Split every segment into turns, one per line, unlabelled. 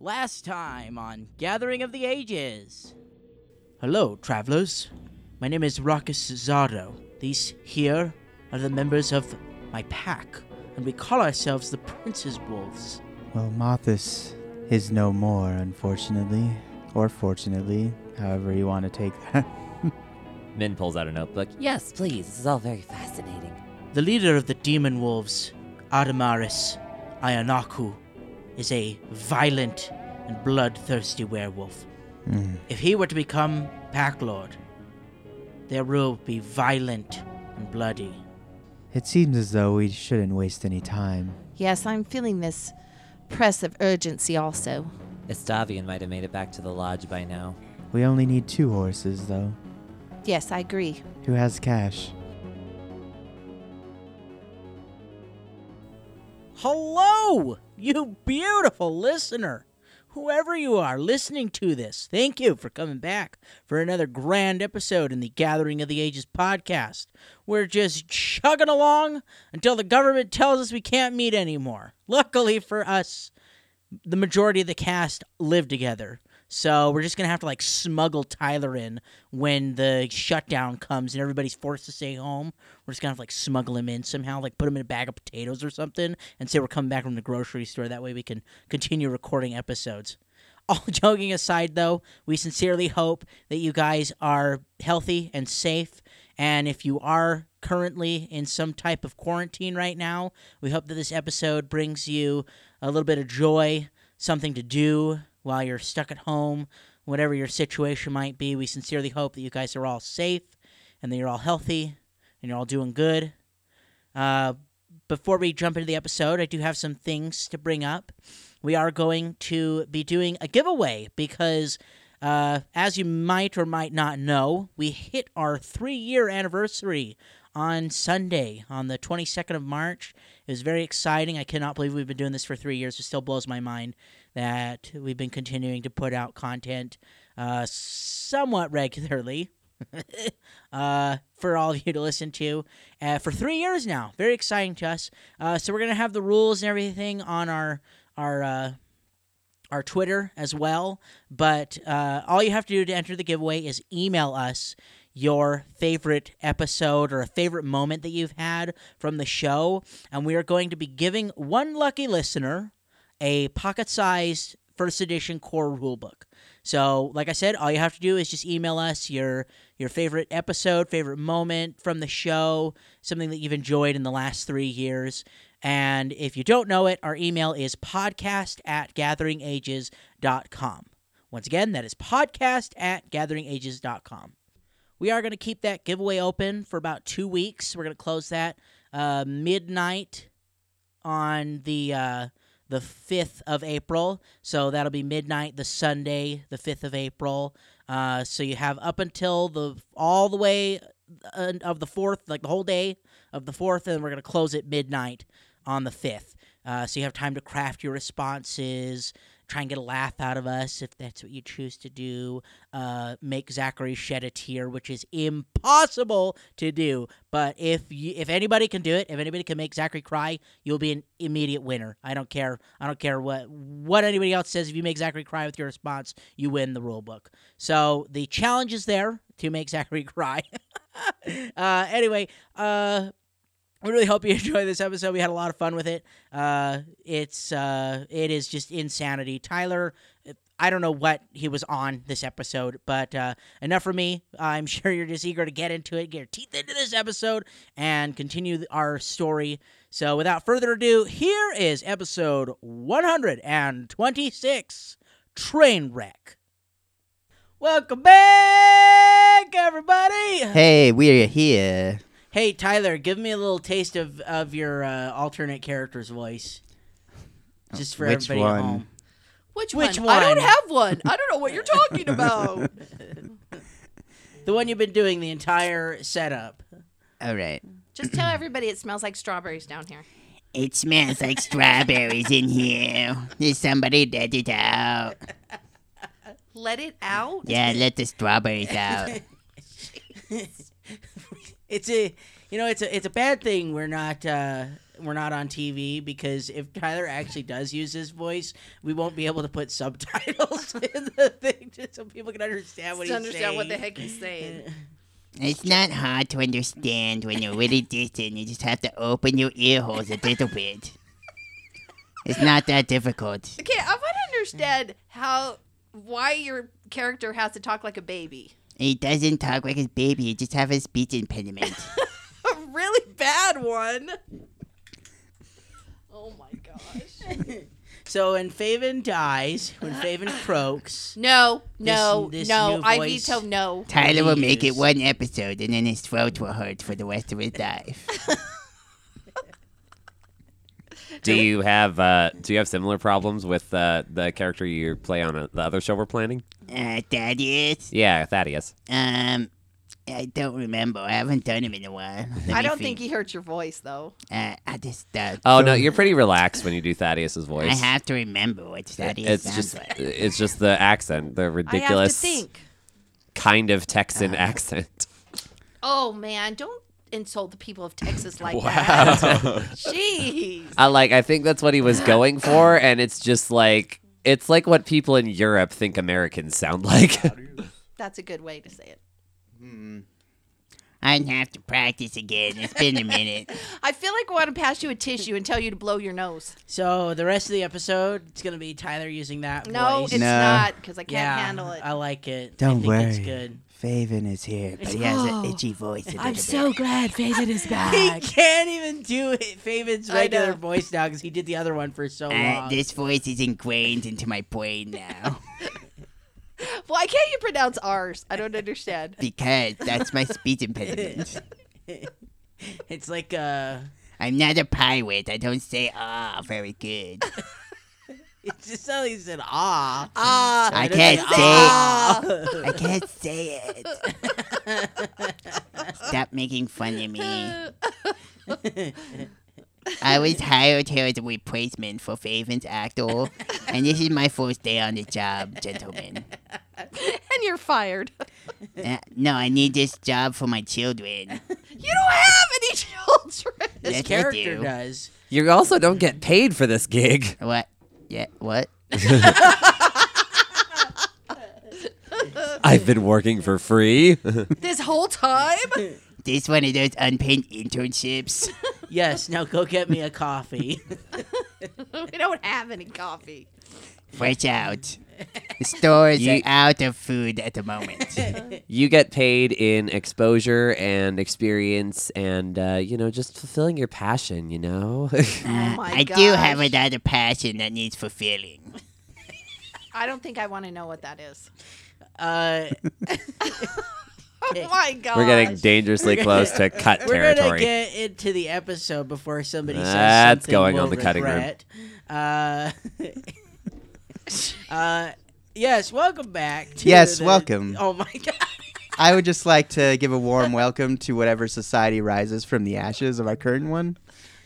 Last time on Gathering of the Ages. Hello, travelers. My name is Ruckus Zardo. These here are the members of my pack, and we call ourselves the Prince's Wolves.
Well, Mothis is no more, unfortunately. Or fortunately, however you want to take that.
Min pulls out a notebook. Yes, please. This is all very fascinating.
The leader of the demon wolves, Adamaris Ayanaku, is a violent and bloodthirsty werewolf.
Hmm.
If he were to become Pack Lord, their rule would be violent and bloody.
It seems as though we shouldn't waste any time.
Yes, I'm feeling this press of urgency also.
Estavian might have made it back to the lodge by now.
We only need two horses, though.
Yes, I agree.
Who has cash?
Hello, you beautiful listener. Whoever you are listening to this, thank you for coming back for another grand episode in the Gathering of the Ages podcast. We're just chugging along until the government tells us we can't meet anymore. Luckily for us, the majority of the cast live together. So we're just going to have to like smuggle Tyler in when the shutdown comes and everybody's forced to stay home. We're just going to have to like smuggle him in somehow, like put him in a bag of potatoes or something and say we're coming back from the grocery store. That way we can continue recording episodes. All joking aside, though, we sincerely hope that you guys are healthy and safe. And if you are currently in some type of quarantine right now, we hope that this episode brings you a little bit of joy, something to do while you're stuck at home, whatever your situation might be. We sincerely hope that you guys are all safe and that you're all healthy and you're all doing good. Uh, before we jump into the episode, I do have some things to bring up. We are going to be doing a giveaway because, uh, as you might or might not know, we hit our three year anniversary on Sunday, on the 22nd of March. It was very exciting. I cannot believe we've been doing this for three years. It still blows my mind that we've been continuing to put out content uh, somewhat regularly uh, for all of you to listen to uh, for three years now. Very exciting to us. Uh, so we're gonna have the rules and everything on our our uh, our Twitter as well. But uh, all you have to do to enter the giveaway is email us your favorite episode or a favorite moment that you've had from the show, and we are going to be giving one lucky listener a pocket-sized first edition core rulebook. So, like I said, all you have to do is just email us your your favorite episode, favorite moment from the show, something that you've enjoyed in the last three years. And if you don't know it, our email is podcast at gatheringages.com. Once again, that is podcast at gatheringages.com. We are going to keep that giveaway open for about two weeks. We're going to close that uh, midnight on the uh, the fifth of April. So that'll be midnight the Sunday, the fifth of April. Uh, so you have up until the all the way uh, of the fourth, like the whole day of the fourth, and we're gonna close at midnight on the fifth. Uh, so you have time to craft your responses. Try and get a laugh out of us if that's what you choose to do. Uh, make Zachary shed a tear, which is impossible to do. But if you, if anybody can do it, if anybody can make Zachary cry, you'll be an immediate winner. I don't care. I don't care what what anybody else says. If you make Zachary cry with your response, you win the rule book. So the challenge is there to make Zachary cry. uh, anyway, uh, we really hope you enjoy this episode. We had a lot of fun with it. Uh, it's uh, it is just insanity. Tyler, I don't know what he was on this episode, but uh, enough for me. I'm sure you're just eager to get into it, get your teeth into this episode, and continue th- our story. So, without further ado, here is episode 126, Train Wreck. Welcome back, everybody.
Hey, we're here.
Hey Tyler, give me a little taste of of your uh, alternate character's voice, just for
Which
everybody
one?
at home.
Which,
Which
one? I
one?
don't have one. I don't know what you're talking about.
The one you've been doing the entire setup.
All right.
Just tell everybody it smells like strawberries down here.
It smells like strawberries in here. Is somebody let it out?
Let it out.
Yeah, let the strawberries out.
It's a, you know, it's a it's a bad thing we're not uh, we're not on TV because if Tyler actually does use his voice, we won't be able to put subtitles in the thing just so people can understand what
to
he's
understand
saying.
what the heck he's saying.
It's not hard to understand when you're really distant. You just have to open your ear holes a little bit. It's not that difficult.
Okay, I want to understand how why your character has to talk like a baby.
He doesn't talk like his baby. He just have a speech impediment.
A really bad one. Oh my gosh.
So when Faven dies, when Faven croaks,
No, no,
This- this
no.
new
I
voice.
veto no.
Tyler will make it
Please.
one episode, and then his throat will hurt for the rest of his life.
Do you have uh, do you have similar problems with uh, the character you play on uh the other show we're planning?
Uh, that is,
Yeah, Thaddeus.
um, I don't remember. I haven't done him in a while. Let
I
me
don't think he hurts your voice though.
Uh, I just uh,
Oh no, you're pretty relaxed when you do Thaddeus's voice.
I have to remember what that is.
Oh, It's just it's just the accent, the
I have to
ridiculous
think. Uh.
kind of Texan accent.
Oh man, don't insult the people of Texas like that. Jeez.
I like I think that's what he was going for and it's just like it's like what people in Europe think Americans sound like.
That's a good way to say it.
I'd have to practice again. It's been a minute.
I feel like I want to pass you a tissue and tell you to blow your nose.
so the rest of the episode, it's gonna be Tyler using that.
No,
voice.
it's
No.
not because I can't
yeah, Oh.
handle it.
I like it. I
Don't
think
worry.
It's good.
Faven is here, but he has an itchy voice. A I'm so
He can't even do it. Faven's
Ah. I
regular
know.
voice now because he did the other one for so
Uh,
long.
this voice is ingrained into my brain now
Why can't you pronounce R's? I don't understand.
because that's my speech impediment.
It's like uh,
I'm not a pirate. I don't say ah very good.
it's just how he said ah.
Ah,
I
don't
can't
say "Ah."
say. I can't say it. Stop making fun of me. I was hired here as a replacement for Faven's actor, and this is my first day on the job, gentlemen.
and you're fired.
Uh, no, I need this job for my children.
You don't have any children.
This
Yes, I
character
do.
does.
you also don't get paid for this gig.
What? Yeah, what?
I've been working for free.
This whole time?
This one of those unpaid internships?
Yes. Now go get me a coffee.
we don't have any coffee.
Fresh out. The stores
You-
are out of food at the moment.
Oh
you get paid in exposure and experience and uh, you know just fulfilling your passion, you know.
Oh my
Uh, I do have
gosh.
another passion that needs fulfilling.
I don't think I want to know what that is.
Uh,
Oh my god.
We're getting dangerously close to cut
we're gonna
territory.
get into the episode before somebody says
That's
something
going
we'll
on the cutting room.
regret. Uh, uh, yes. Welcome back. To
Yes,
the-
welcome.
Oh my god.
I would just like to give a warm welcome to whatever society rises from the ashes of our current one.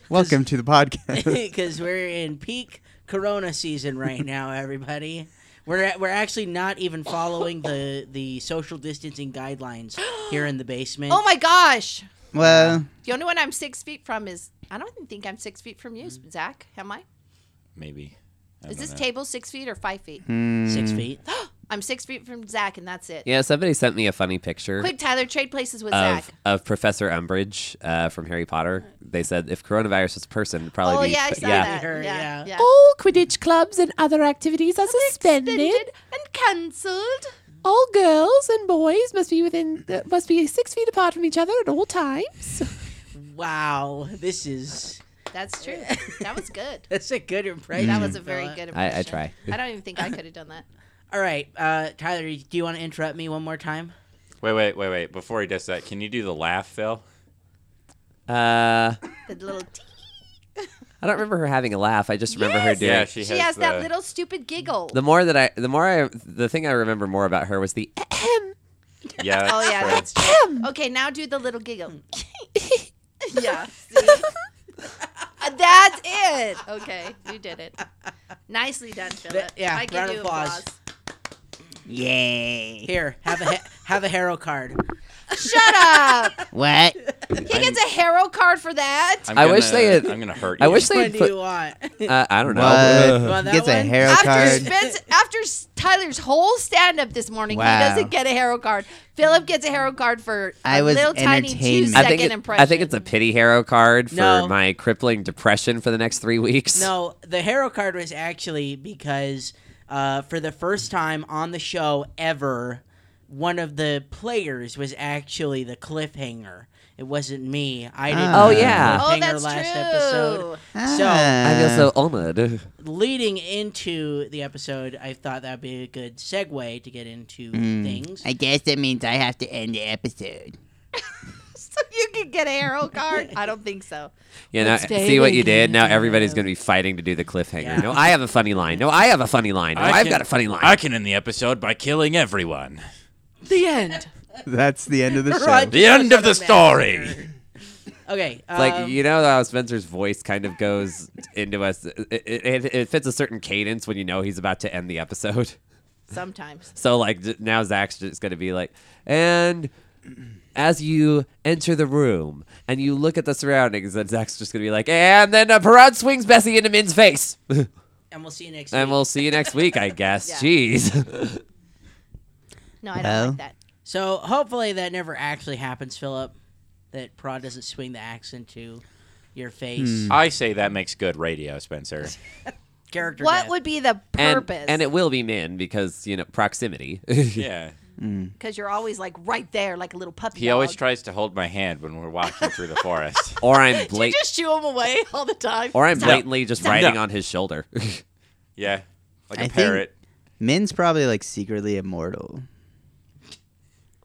Welcome to the podcast.
because we're in peak corona season right now everybody we're, at, we're actually not even following the, the social distancing guidelines here in the basement.
Oh my gosh.
well,
The only one I'm six feet from is I don't think I'm six feet from you, Zach. Am I?
Maybe. I
Is
don't
this
know.
table six feet or five feet?
Mm.
Six feet.
I'm six feet from Zach, and that's it.
yeah, somebody sent me a funny picture.
Quick, Tyler, trade places with Zach.
of, of Professor Umbridge uh, from Harry Potter. They said if coronavirus was a person, it'd probably
Oh
be.
yeah, I
but
saw that.
Her, yeah.
yeah, yeah.
All Quidditch clubs and other activities are suspended.
Suspended and cancelled.
All girls and boys must be within uh, must be six feet apart from each other at all times.
Wow, this is
That's true. That was good.
that's a good impression.
Mm.
That was a very good impression.
I, I try.
I don't even think I could have done that.
All right, uh, Tyler, do you want to interrupt me one more time?
Wait, wait, wait, wait. Before he does that, can you do the laugh, Phil?
Uh,
The little t-
I don't remember her having a laugh. I just remember her doing.
Yeah, she,
she has
the,
that little stupid giggle.
The more that I, the more I, the thing I remember more about her was the.
Yeah.
oh yeah,
right.
that's true. okay, now do the little giggle. yeah. See? Uh, that's it. Okay, you did it. Nicely done, Philip.
yeah,
I give
round of
you
applause.
applause.
yay.
Here, have a ha- have a hero card.
Shut up.
What?
He gets a hero card for that.
I'm
I
gonna,
wish they had-
I'm gonna hurt you.
I wish they
What do
put.
you want?
Uh, I don't know.
What?
Well, that
Gets a
one-
hero
After
card.
Spence, after S- Tyler's whole stand up this morning,
Wow.
he doesn't get a hero card. Philip gets a hero card for
I
a
was
little tiny two
entertainment.
second
I think, it-
impression.
I think it's a pity hero card for
No.
my crippling depression for the next three weeks.
No, the hero card was actually because uh, for the first time on the show ever, one of the players was actually the cliffhanger. It wasn't me. I didn't.
Ah.
Oh,
do the
yeah.
Oh,
cliffhanger
that's
last
true.
episode. So-
I
Ah.
Uh,
feel so honored.
Leading into the episode, I thought that would be a good segue to get into things.
I guess that means I have to end the episode.
So you can get a hero card? I don't think so.
You know,
stay
see what you did.
together.
Now everybody's going to be fighting to do the cliffhanger.
Yeah.
No, I have a funny line. No, I have a funny line. No,
I
I've
can-
got a funny line.
I can end the episode by killing everyone.
The end.
That's the end of the show.
Right.
The end of the story.
okay,
It's like
um,
you know how Spencer's voice kind of goes into us. It, it, it fits a certain cadence when you know he's about to end the episode.
Sometimes.
So like j- now Zach's just gonna be like, and as you enter the room and you look at the surroundings, and Zach's just gonna be like, and then a Perron swings Bessie into Min's face,
and we'll see you next.
and
week.
we'll see you next week, I guess.
Yeah.
Jeez.
No, I don't
Well.
like that.
So hopefully that never actually happens, Philip. That Prod doesn't swing the axe into your face.
Hmm.
I say that makes good radio, Spencer.
Character.
What
death.
would be the
and,
purpose?
and it will be Min because you know proximity.
Yeah.
Because you're always like right there, like a little puppy.
He
dog.
always tries to hold my hand when we're walking through the forest.
or I'm
Do you
blat-
just shoo him away all the time.
or I'm blatantly just riding
No.
on his shoulder.
Yeah. Like a
I think-
parrot.
Min's probably like secretly immortal.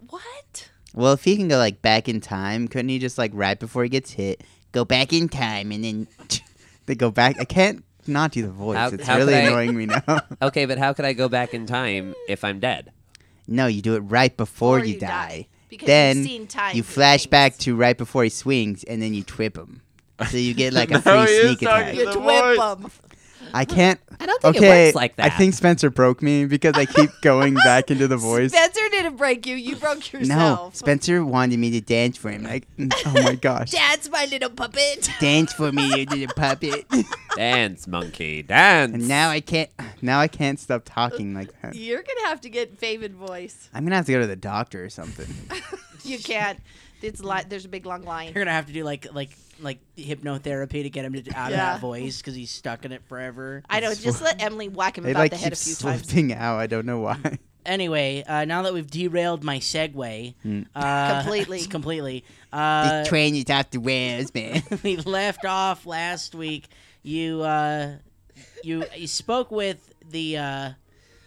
What?
Well, if he can go like back in time, couldn't he just like right before he gets hit, go back in time and then they go back? I can't not do the voice.
How-
it's
how
really
could I-
annoying me now.
okay, but how could I go back in time if I'm dead?
no, you do it right before,
Before
you,
you
die.
die, because
then
you've seen time
you
do
flash
things.
back to right before he swings and then you twip him. So you get like a
Now
free
he is
sneak
talking
attack.
to
You
The
twip
voice.
him.
I can't.
I don't think
Okay,
it works.
like
I
that.
think Spencer broke me because I keep going back into the voice.
Spencer didn't break you. You broke
No,
yourself.
Spencer wanted me to dance for him. Like, oh my gosh,
That's my little puppet.
dance for me, you little puppet.
Dance, monkey, dance.
And now I can't. Now I can't stop talking like that.
You're gonna have to get Faven voice.
I'm gonna have to go to the doctor or something.
You can't. It's li- there's a big long line.
You're gonna have to do like like like hypnotherapy to get him to, out of
Yeah.
that voice because he's stuck in it forever.
I know. Just let Emily whack him
They
about
like
the
keep
head a few times.
slipping out. I don't know why.
Anyway, uh, now that we've derailed my segue
Hmm.
uh,
Completely.
completely, uh,
this train is off the rails, man.
we left off last week. You uh, you you spoke with the uh,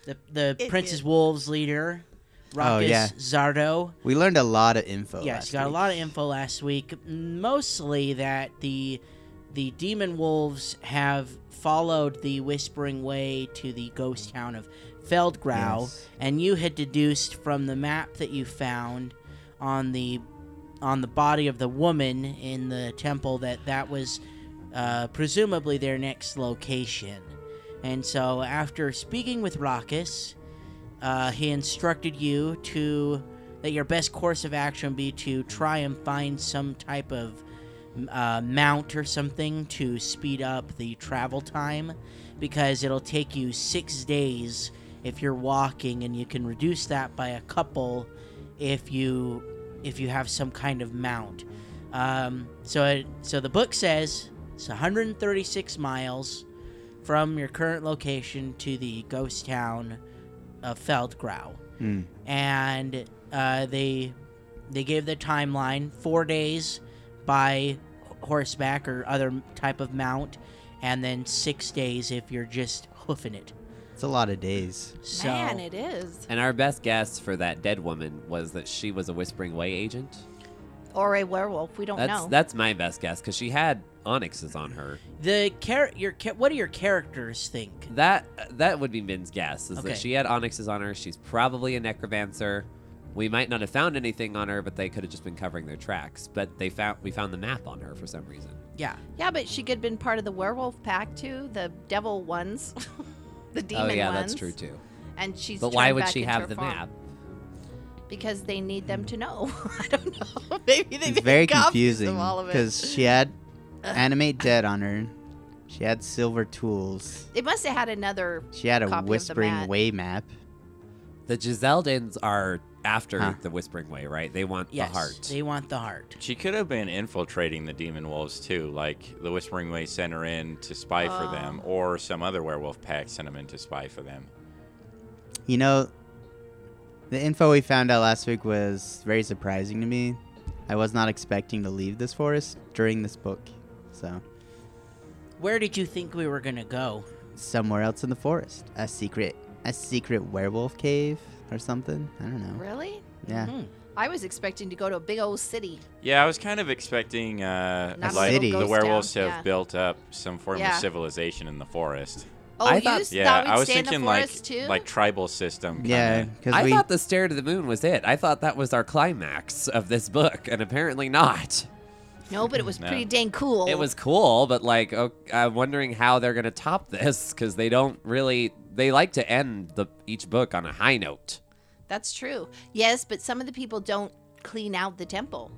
the the
Idiot.
Princess Wolves leader,
Oh,
Rockus
yeah.
Zardo.
We learned a lot of info.
Yes,
last
you got a
week.
lot of info last week. Mostly that the the demon wolves have followed the Whispering Way to the ghost town of Feldgrau,
Yes.
and you had deduced from the map that you found on the on the body of the woman in the temple that that was uh, presumably their next location. And so, after speaking with Rockus, uh, he instructed you to that your best course of action be to try and find some type of uh, mount or something to speed up the travel time because it'll take you six days if you're walking and you can reduce that by a couple if you if you have some kind of mount um, so it, so the book says it's 136 miles from your current location to the ghost town of Feldgrau.
Mm.
And uh, they they gave the timeline four days by horseback or other type of mount, and then six days if you're just hoofing it.
It's a lot of days.
So
Man, it is.
And our best guess for that dead woman was that she was a Whispering Way agent.
Or a werewolf. We don't
That's
know.
that's my best guess because she had onyxes on her.
the char- your cha- what do your characters think?
That that would be Min's guess is
Okay.
that she had onyxes on her. She's probably a necromancer. We might not have found anything on her, but they could have just been covering their tracks. But they found we found the map on her for some reason.
Yeah,
yeah, but she could have been part of the werewolf pack too. The devil ones. the demon
oh yeah,
ones.
that's true too.
And she's.
But why
turned
would
back
she
into
have
her
the
form.
map?
because they need them to know. I don't know. Maybe they
It's
made
very
copies of
confusing
all of it.
because she had animate dead on her. She had silver tools.
It must have had another.
She had a
Copy of the
whispering
mat.
way map.
The Giseldans are after
Huh.
the Whispering Way, right? They want
Yes,
the heart.
they want the heart.
She could have been infiltrating the demon wolves too, like the Whispering Way sent her in to spy
Oh.
for them, or some other werewolf pack sent them in to spy for them.
You know, the info we found out last week was very surprising to me. I was not expecting to leave this forest during this book. So,
Where did you think we were gonna go?
somewhere else in the forest, a secret, a secret werewolf cave or something. I don't know.
Really?
Yeah.
I was expecting to go to a big old city.
Yeah, I was kind of expecting uh,
Not
a
like
little
the
ghost
werewolves
town,
have
yeah.
built up some form
Yeah.
of civilization in the forest.
Oh,
I
you
thought-
thought,
Yeah,
we'd
I was
stay in
thinking
the
like
forest too.
like tribal system. Kinda.
Yeah,
Mm-hmm.
because
I
we
thought the stair to the moon was it. I thought that was our climax of this book, and apparently not.
no, but it was
No.
pretty dang cool.
It was cool, but like, oh, I'm wondering how they're gonna top this because they don't really. They like to end the each book on a high note.
That's true. Yes, but some of the people don't clean out the temple.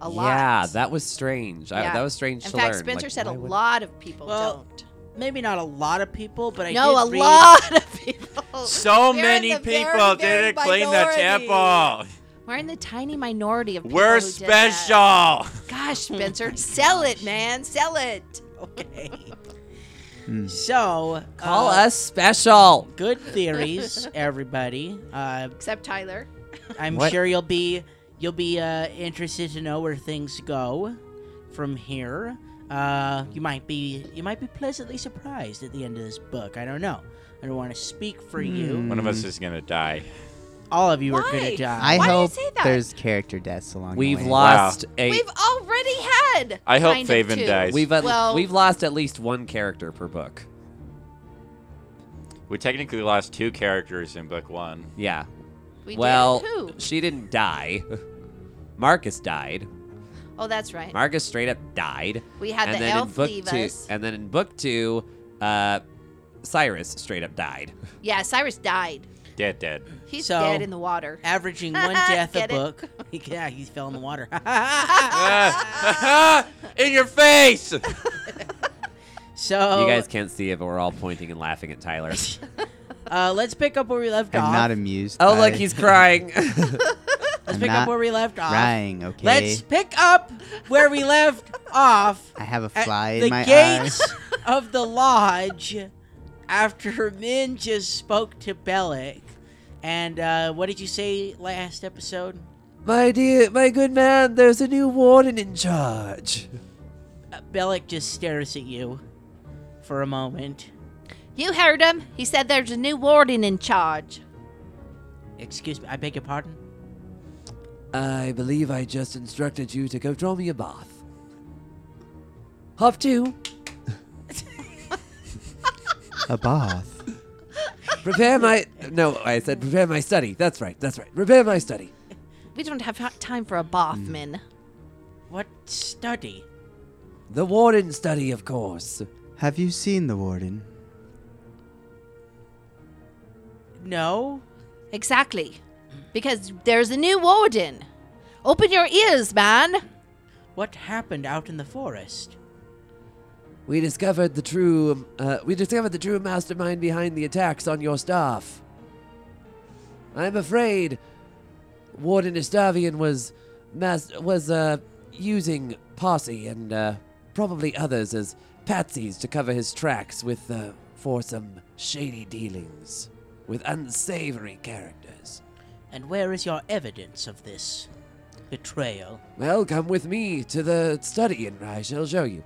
A lot.
Yeah, that was strange. I,
Yeah.
that was strange
In
to
fact,
learn.
Spencer
Like,
said a
why would-
lot of people
Well,
don't.
Maybe not a lot of people, but I
no,
did
a
read-
lot of people.
So
We're in
many
the very,
people
very
didn't clean the
minority.
temple.
We're in the tiny minority of people. who
We're
did that.
special.
Gosh, Spencer, sell it, man, sell it.
Okay. so
Call
uh,
us special.
Good theories, everybody. Uh,
Except Tyler.
I'm
What?
sure you'll be you'll be uh, interested to know where things go from here. Uh, you might be you might be pleasantly surprised at the end of this book. I don't know. I don't want to speak for you.
One of
Mm.
us is gonna die.
All of you are
Why?
gonna die.
I
Why do you
hope
say that?
there's character deaths along
We've
the way.
lost a.
We've already had.
I hope
kind of
Faven
two.
dies.
We've at-
Well-
we've lost at least one character per book.
We technically lost two characters in book one.
Yeah.
We did.
well,
Who?
she didn't die. Marcus died.
Oh, that's right.
Marcus straight up died.
We had
and
the
then in
elf
book
leave
two, uh,
us.
and then in book two, uh, Cyrus straight up died.
Yeah, Cyrus died.
Dead, dead.
He's
So-
dead in the water.
Averaging one death a
Get it?
book. yeah, he fell in the water.
in your face!
so
You guys can't see it, but we're all pointing and laughing at Tyler.
uh, let's pick up where we left
I'm
off.
not amused.
oh,
by
look,
it.
he's crying.
let's
I'm
pick up
not
where we left off.
crying. Okay.
Let's pick up where we left off.
I have a
at
fly
the
in my
gates
eye.
of the lodge after Min just spoke to Bellic. And uh, what did you say last episode?
my dear, my good man, there's a new warden in charge.
Uh, Bellic just stares at you for a moment.
You heard him. He said there's a new warden in charge.
Excuse me, I beg your pardon?
I believe I just instructed you to go draw me a bath. Hop two,
a bath.
prepare my. No, I said prepare my study. That's right, that's right. Prepare my study.
We don't have hot time for a Bothman.
What study?
The warden study, of course.
Have you seen the warden?
No?
Exactly. Because there's a new warden. Open your ears, man.
What happened out in the forest?
We discovered the true. Uh, we discovered the true mastermind behind the attacks on your staff. I'm afraid, Warden Estavian was, mas- was uh, using Posse and uh, probably others as patsies to cover his tracks with uh, for some shady dealings with unsavory characters.
And where is your evidence of this betrayal?
Well, come with me to the study, and I shall show you.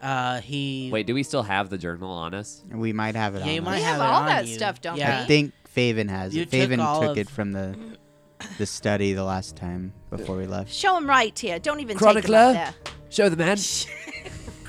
Uh, he.
do we still have the journal on us?
We might have it.
Yeah, you
on
might
We
have,
have
it
all
on
that
you.
stuff, don't
yeah.
I think Faven has
You
it.
took
Faven
all
took
of-
it from the the study the last time before we left.
Show him right here. Don't even
Chronicler?
take him up
Show the man.
there.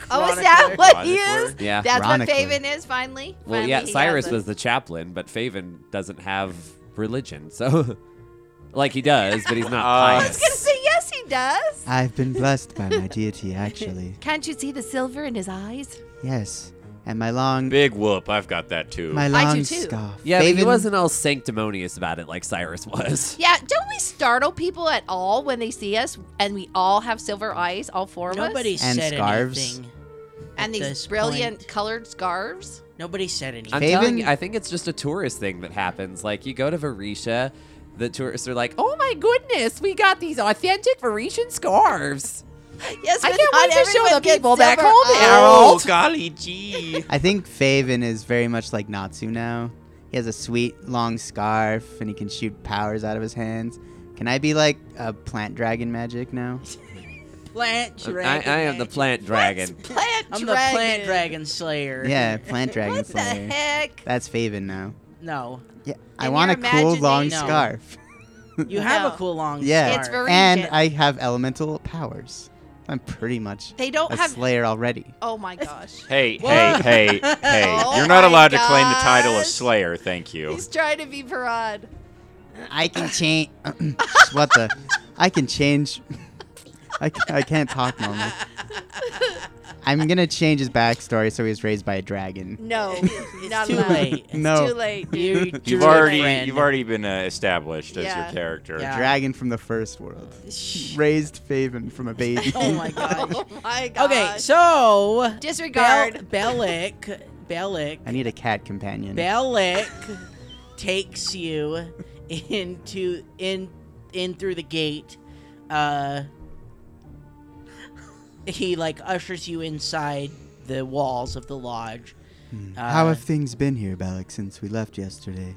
Oh, is that what he is?
Chronicler?
Yeah.
That's what
Chronicler.
Faven is finally.
Well,
Finally,
yeah,
he has
Cyrus
it.
was the chaplain, but Faven doesn't have religion, so like he does, but he's not
Uh,
I was gonna
pious.
say yes, he does.
I've been blessed by my deity, actually.
Can't you see the silver in his eyes?
Yes, and my long,
Big whoop. I've got that too.
my
I do
long
too.
scarf.
Yeah, but he
Faven-
wasn't all sanctimonious about it like Cyrus was.
Yeah, don't we startle people at all when they see us and we all have silver eyes, all four of
Nobody
us?
And
said
scarves.
anything. at
And
this
these brilliant
point.
colored scarves.
Nobody said anything.
I'm
Faven-
telling you, I think it's just a tourist thing that happens. Like you go to Varisha, the tourists are like, "Oh my goodness, we got these authentic Varishan scarves."
Yes,
I
but
can't
not
wait to show
everyone
the
gets
people back
silver
home,
eyes.
Harold.
Oh, golly gee.
I think Faven is very much like Natsu now. He has a sweet long scarf and he can shoot powers out of his hands. Can I be like a plant dragon magic now?
Plant
I,
dragon.
I am the
magic.
plant dragon.
Plant
I'm the
dragon.
plant dragon slayer.
Yeah, plant dragon
What the
slayer.
heck?
That's Faven now.
No,
Yeah, I
In
want a
your
cool long
imagination.
scarf.
you have
No.
a cool long
Yeah.
scarf.
It's very-
and
Region.
I have elemental powers. I'm pretty much
They don't
a
have.
slayer already.
oh my gosh.
Hey,
What?
hey, hey, hey.
Oh
You're not
my
allowed to claim the title of
gosh.
Slayer, thank you.
He's trying to be Parad.
I can change. what the? I can change. I, ca- I can't talk normally. I'm gonna change his backstory so he was raised by a dragon.
No, not
too
allowed.
late. It's
No.
Too late. dude.
You
You've
drew a
already
friend.
you've already been uh, established as
Yeah.
your character.
Yeah.
Dragon from the first world. Raised Faven from a baby.
Oh my gosh.
Oh my gosh.
okay, so Bel-
disregard.
Bellic, Bellic,
I need a cat companion.
Bellic takes you into in in through the gate. Uh, he like ushers you inside the walls of the lodge. Uh,
How have things been here, Balak, since we left yesterday?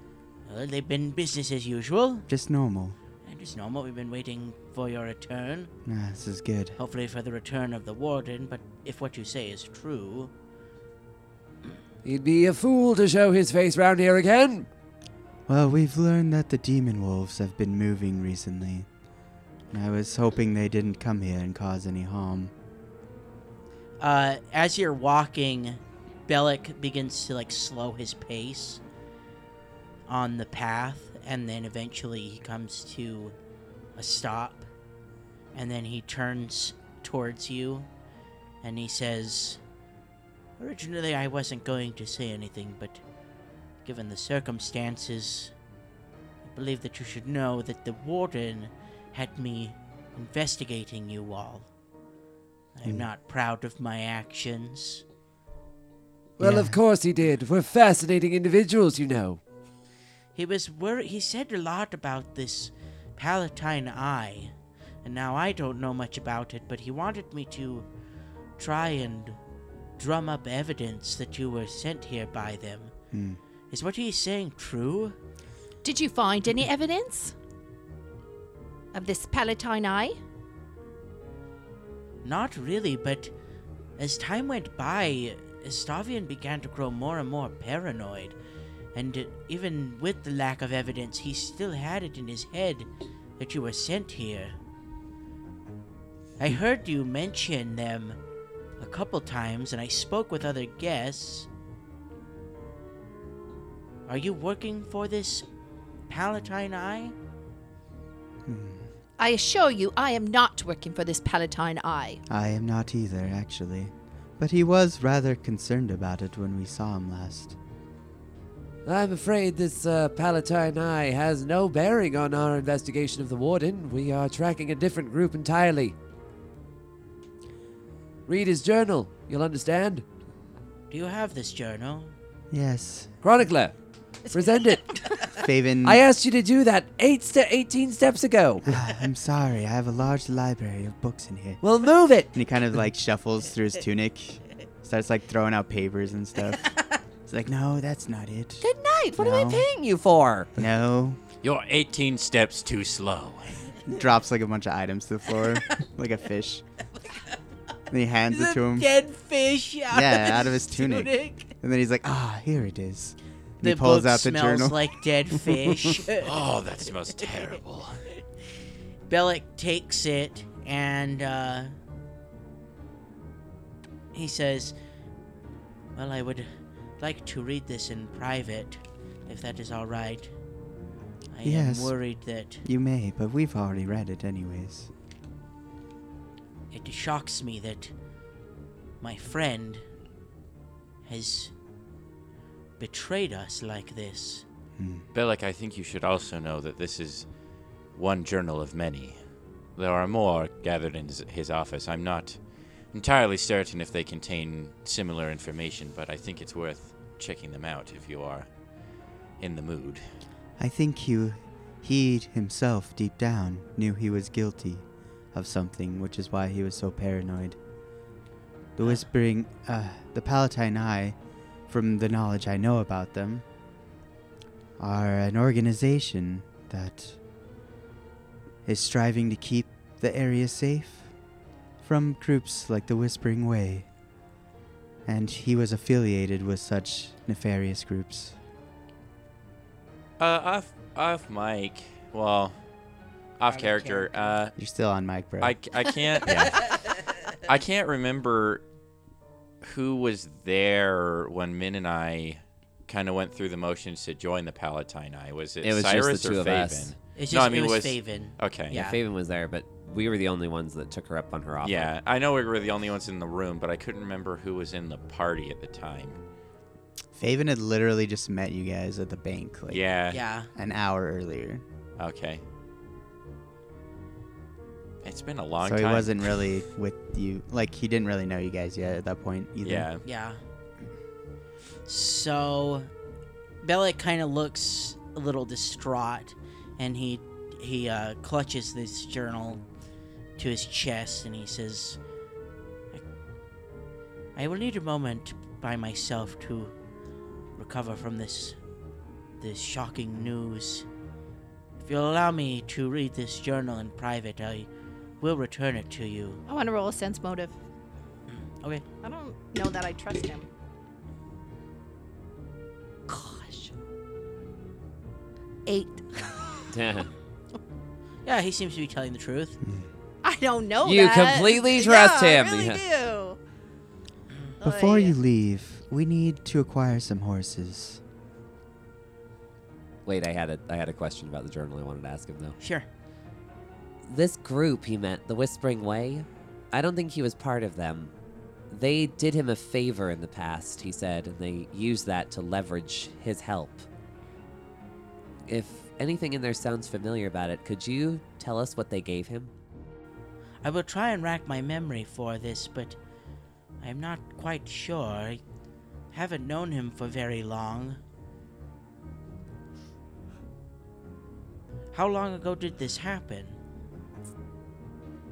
well, they've been business as usual.
Just normal.
And it's normal. We've been waiting for your return.
Ah, this is good.
Hopefully for the return of the warden. But if what you say is true,
He'd be a fool to show his face round here again.
Well, we've learned that the demon wolves have been moving recently. I was hoping they didn't come here and cause any harm.
uh, as you're walking, Bellic begins to like slow his pace on the path, and then eventually he comes to a stop, and then he turns towards you, and he says, "Originally, I wasn't going to say anything, but given the circumstances, I believe that you should know that the warden had me investigating you all." I'm not proud of my actions.
Well, of course he did. We're fascinating individuals, you know.
He was worried. He said a lot about this Palatine Eye, and now I don't know much about it, but he wanted me to try and drum up evidence that you were sent here by them. Is what he's saying true?
Did you find any evidence of this Palatine eye?
Not really, but as time went by, Estavian began to grow more and more paranoid. And uh, even with the lack of evidence, he still had it in his head that you were sent here. I heard you mention them a couple times, and I spoke with other guests. Are you working for this Palatine Eye?
I assure you, I am not working for this Palatine eye.
I am not either, actually. But he was rather concerned about it when we saw him last.
I'm afraid this uh, Palatine Eye has no bearing on our investigation of the Warden. We are tracking a different group entirely. Read his journal, you'll understand.
Do you have this journal?
Yes.
Chronicler, present it.
Uh,
Faven.
I asked you to do that eight ste- 18 steps ago.
Ah, I'm sorry, I have a large library of books in here.
Well, move it.
And he kind of like shuffles through his tunic, starts like throwing out papers and stuff. It's like, no, that's not it.
Good night. What am
No.
I paying you for?
No.
You're 18 steps too slow.
Drops like a bunch of items to the floor, like a fish. And he hands it to him.
dead fish out
Yeah,
of
out of his tunic.
tunic.
And then he's like, ah, here it is. And
The
he pulls
book
out the
smells
journal.
like dead fish.
Oh, that smells terrible.
Bellic takes it and uh, he says, "Well, I would like to read this in private, if that is all right. I
Yes.
am worried that
you may, but we've already read it anyways.
it shocks me that my friend has betrayed us like this.
Bellic, I think you should also know that this is one journal of many. There are more gathered in his- his office. I'm not entirely certain if they contain similar information, but I think it's worth checking them out if you are in the mood.
I think he, he himself, deep down, knew he was guilty of something, which is why he was so paranoid. The whispering, uh, the Palatine Eye, from the knowledge I know about them, are an organization that is striving to keep the area safe from groups like the Whispering Way. And he was affiliated with such nefarious groups.
Uh, off, off mic. Well, off character. Uh,
You're still on mic, bro.
I, c- I can't. yeah. I can't remember who was there when Min and I kind of went through the motions to join the Palatine Eye. Was it,
It was just
Cyrus
the
or
two of
Faven?
us.
It's
No,
just
I mean,
it was
was-
Faven.
Okay.
Yeah.
Yeah.
Faven was there, but we were the only ones that took her up on her offer.
I know we were the only ones in the room, but I couldn't remember who was in the party at the time.
Faven had literally just met you guys at the bank like
Yeah.
Yeah.
an hour earlier.
Okay. It's been a long
so
time.
he wasn't really with you. Like, he didn't really know you guys yet at that point either.
Yeah.
Yeah. So Bellic kind of looks a little distraught and he he uh, clutches this journal to his chest and he says I, I will need a moment by myself to recover from this this shocking news. If you'll allow me to read this journal in private, I will return it to you.
I want to roll a sense motive.
Okay.
I don't know that I trust him. Gosh. Eight.
Yeah, he seems to be telling the truth.
I don't know.
You
that.
completely trust
yeah,
him.
I really do.
Before
Oy.
you leave, we need to acquire some horses.
Wait, I had a I had a question about the journal I wanted to ask him though.
Sure.
This group he met, the Whispering Way, I don't think he was part of them. They did him a favor in the past, he said, and they used that to leverage his help. If anything in there sounds familiar about it, could you tell us what they gave him?
I will try and rack my memory for this, but I'm not quite sure. I haven't known him for very long. How long ago did this happen?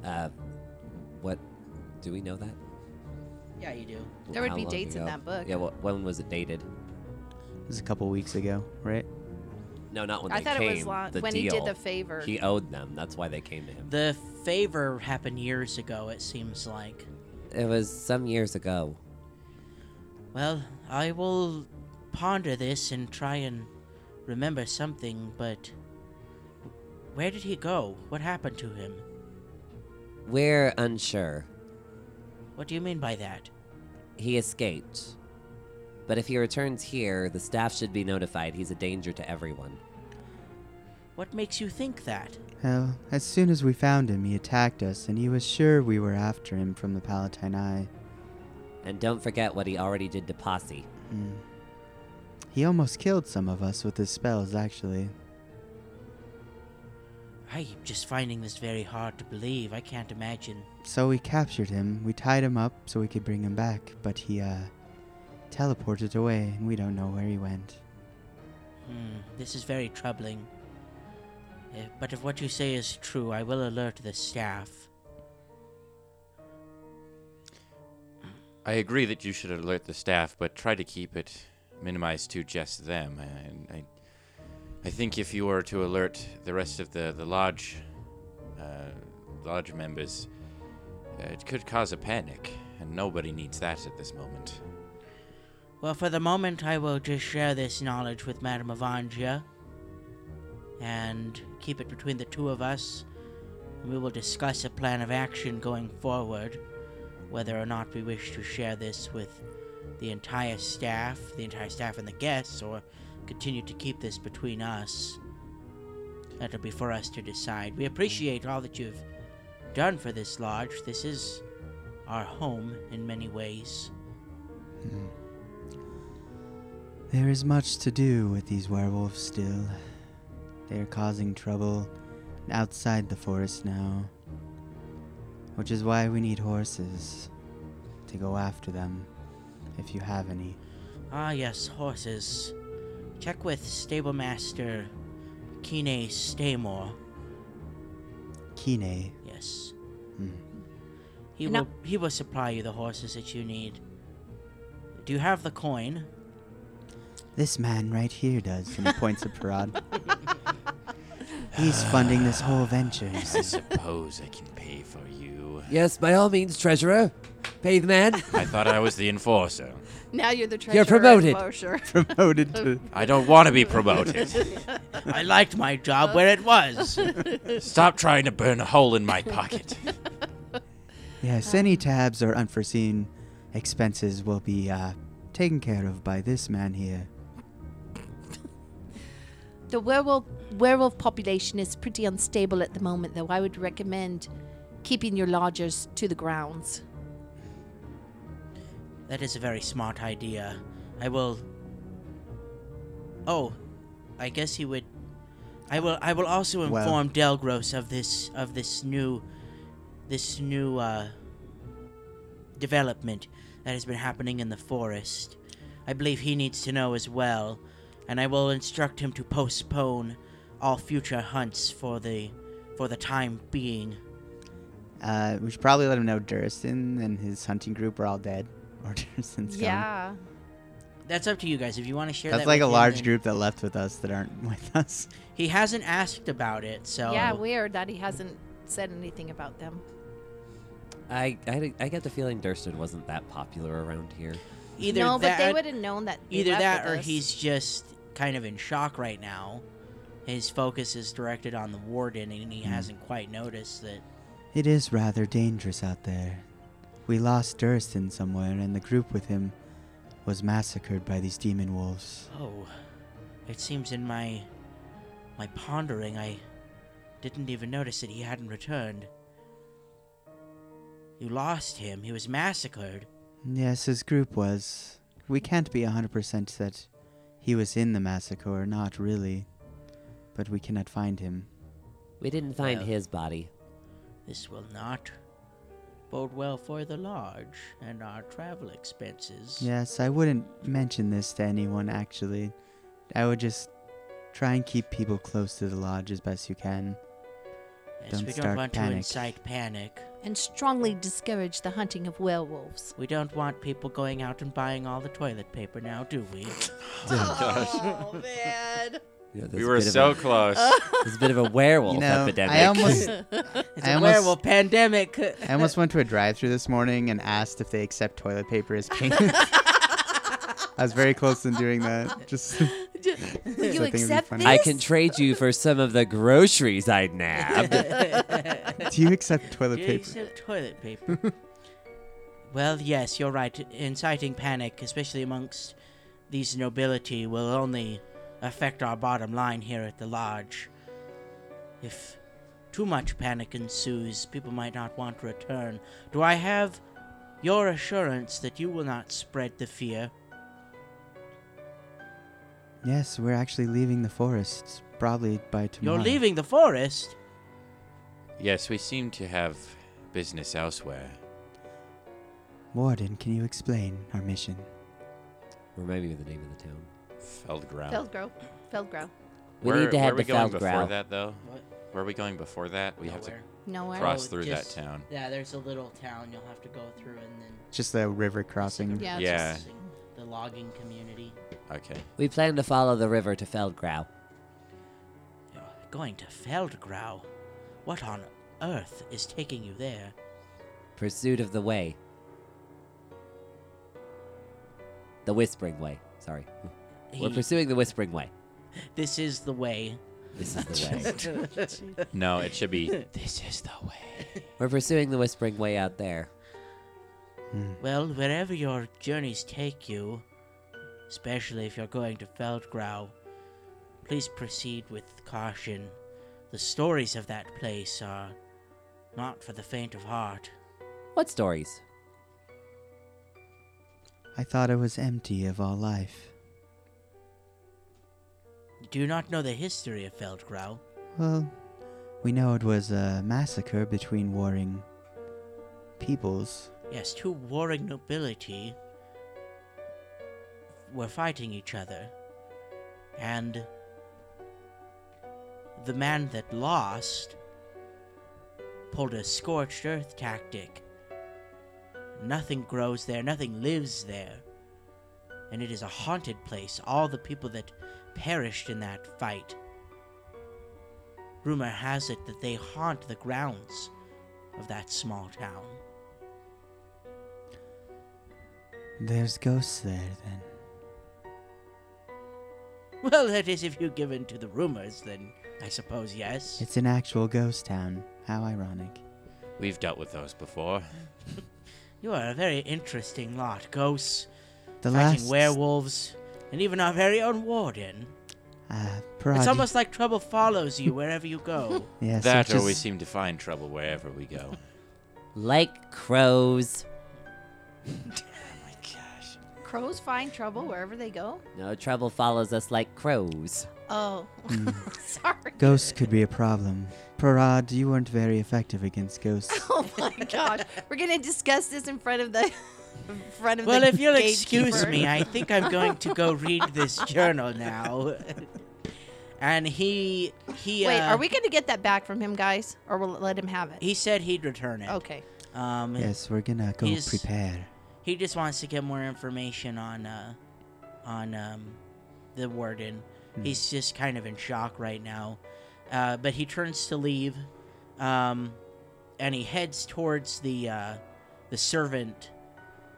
Uh, what? Do we know that?
Yeah, you do.
There would
How
be
long
dates in
ago?
that book.
Yeah, well, when was it dated?
It was a couple weeks ago, right?
No, not when
I
they
thought
came.
it was long,
the
when he
deal.
did the favor.
He owed them. That's why they came to him.
The favor happened years ago, it seems like.
It was some years ago.
Well, I will ponder this and try and remember something, but where did he go? What happened to him?
We're unsure.
What do you mean by that?
He escaped. But if he returns here, the staff should be notified. He's a danger to everyone.
What makes you think that?
Well, as soon as we found him, he attacked us, and he was sure we were after him from the Palatine Eye.
And don't forget what he already did to Posse.
He almost killed some of us with his spells, actually.
I'm just finding this very hard to believe. I can't imagine.
So we captured him, we tied him up so we could bring him back, but he, uh, teleported away, and we don't know where he went.
Hmm, this is very troubling. Eh, But if what you say is true, I will alert the staff.
I agree that you should alert the staff, but try to keep it minimized to just them. And I, I think if you were to alert the rest of the the lodge, uh, lodge members, uh, it could cause a panic, and nobody needs that at this moment.
Well, for the moment, I will just share this knowledge with Madame Avangia and keep it between the two of us. We will discuss a plan of action going forward, whether or not we wish to share this with the entire staff, the entire staff and the guests, or continue to keep this between us. That'll be for us to decide. We appreciate all that you've done for this lodge. This is our home in many ways.
There is much to do with these werewolves still. They are causing trouble outside the forest now, which is why we need horses to go after them, if you have any.
Ah, yes, horses. Check with stablemaster Kine Stamor.
Kine,
Yes.
Hmm.
He
And I-
will he will supply you the horses that you need. Do you have the coin?
this man right here does, and he points at Parad. He's funding this whole venture. you
I
see.
suppose I can pay for you.
Yes, by all means, treasurer. Pay the man.
I thought I was the enforcer.
Now you're the treasurer.
You're promoted.
Oh, sure.
Promoted to
I don't want to be promoted.
I liked my job where it was.
Stop trying to burn a hole in my pocket.
Yes, any tabs or unforeseen expenses will be uh, taken care of by this man here.
The werewolf werewolf population is pretty unstable at the moment, though. I would recommend keeping your lodgers to the grounds.
that is a very smart idea. I will Oh, I guess he would I will I will also
Well-
inform Delgros of this of this new this new uh development that has been happening in the forest. I believe he needs to know as well, and I will instruct him to postpone all future hunts for the for the time being.
Uh, we should probably let him know Duristan and his hunting group are all dead. Or Duristin's gone.
Yeah.
That's up to you guys. If you want to share
That's
that
like a
with him,
large
then-
group that left with us that aren't with us.
He hasn't asked about it, so
Yeah, weird that he hasn't said anything about them.
I, I, I get the feeling Durston wasn't that popular around here.
either
no,
that,
but they would have known that. they
either
left
that,
with
or
us.
he's just kind of in shock right now. His focus is directed on the warden, and
Hmm.
he hasn't quite noticed that.
It is rather dangerous out there. We lost Duristan somewhere, and the group with him was massacred by these demon wolves.
Oh, it seems in my my pondering, I didn't even notice that he hadn't returned. You lost him. He was massacred.
Yes, his group was. We can't be 100% that he was in the massacre or not, really. But we cannot find him.
We didn't find
Well.
his body.
This will not bode well for the lodge and our travel expenses.
Yes, I wouldn't mention this to anyone, actually. I would just try and keep people close to the lodge as best you can.
yes,
don't
we don't
start
want to
panic.
incite panic.
and strongly discourage the hunting of werewolves.
We don't want people going out and buying all the toilet paper now, do we?
Oh man.
You know,
We
there's a
were
bit of
so
a-
close.
There's a bit of a werewolf
You know,
epidemic.
I almost,
It's
I
a
almost-
werewolf pandemic.
I almost went to a drive-through this morning and asked if they accept toilet paper as payment. I was very close in doing that. Just
Will you
would be
accept
funny.
this?
I can trade you for some of the groceries I nabbed.
do you accept toilet
Yeah,
paper?
except toilet paper. well, yes, you're right. Inciting panic, especially amongst these nobility, will only affect our bottom line here at the lodge. If too much panic ensues, people might not want to return. Do I have your assurance that you will not spread the fear?
Yes, we're actually leaving the forest probably by tomorrow.
You're leaving the forest?
yes, we seem to have business elsewhere.
Warden, can you explain our mission?
Remind me of the name of the town.
Feldgrau.
Feldgrow. Feldgrow.
We
where,
need to
where
head
are we
to
going before
Feldgrau.
that, though?
What?
Where are we going before that? We have to
Nowhere.
Nowhere.
cross
Oh,
through
just-
that town.
Yeah, there's a little town you'll have to go through and then.
Just the river crossing.
Yeah. it's
Yeah.
just-
The logging community.
Okay.
We plan to follow the river to Feldgrau.
You're going to Feldgrau. What on earth is taking you there?
Pursuit of the way. The Whispering Way. Sorry. We're
He-
pursuing the Whispering Way.
this is the way.
This is the way.
No, it should be.
This is the way.
We're pursuing the Whispering Way out there.
Well, wherever your journeys take you, especially if you're going to Feldgrau, please proceed with caution. The stories of that place are not for the faint of heart.
What stories?
I thought it was empty of all life.
You do not know the history of Feldgrau.
Well, we know it was a massacre between warring peoples.
Yes, two warring nobility were fighting each other, and the man that lost pulled a scorched earth tactic. Nothing grows there, nothing lives there, and it is a haunted place. All the people that perished in that fight. Rumor has it that they haunt the grounds of that small town.
There's ghosts there, then.
Well, that is if you give in to the rumors, then I suppose yes.
It's an actual ghost town. How ironic.
We've dealt with those before.
You are a very interesting lot, ghosts,
The
fighting
last
werewolves, and even our very own warden.
uh, prodigy.
It's almost like trouble follows you wherever you go.
yes,
that
such
or we
as-
seem to find trouble wherever we go.
Like crows.
Crows find trouble wherever they go.
No trouble follows us like crows.
Oh, sorry.
Ghosts could be a problem. Parad, you weren't very effective against ghosts.
Oh my gosh, we're gonna discuss this in front of the, in front of
well,
the
if you'll excuse
gatekeeper.
me, I think I'm going to go read this journal now. and he he
Wait,
uh,
are we gonna get that back from him, guys, or we'll let him have it?
He said he'd return it.
Okay.
Um,
yes, we're gonna go
He's-
prepare.
He just wants to get more information on uh on um the warden. He's just kind of in shock right now. Uh, but he turns to leave. Um and he heads towards the uh the servant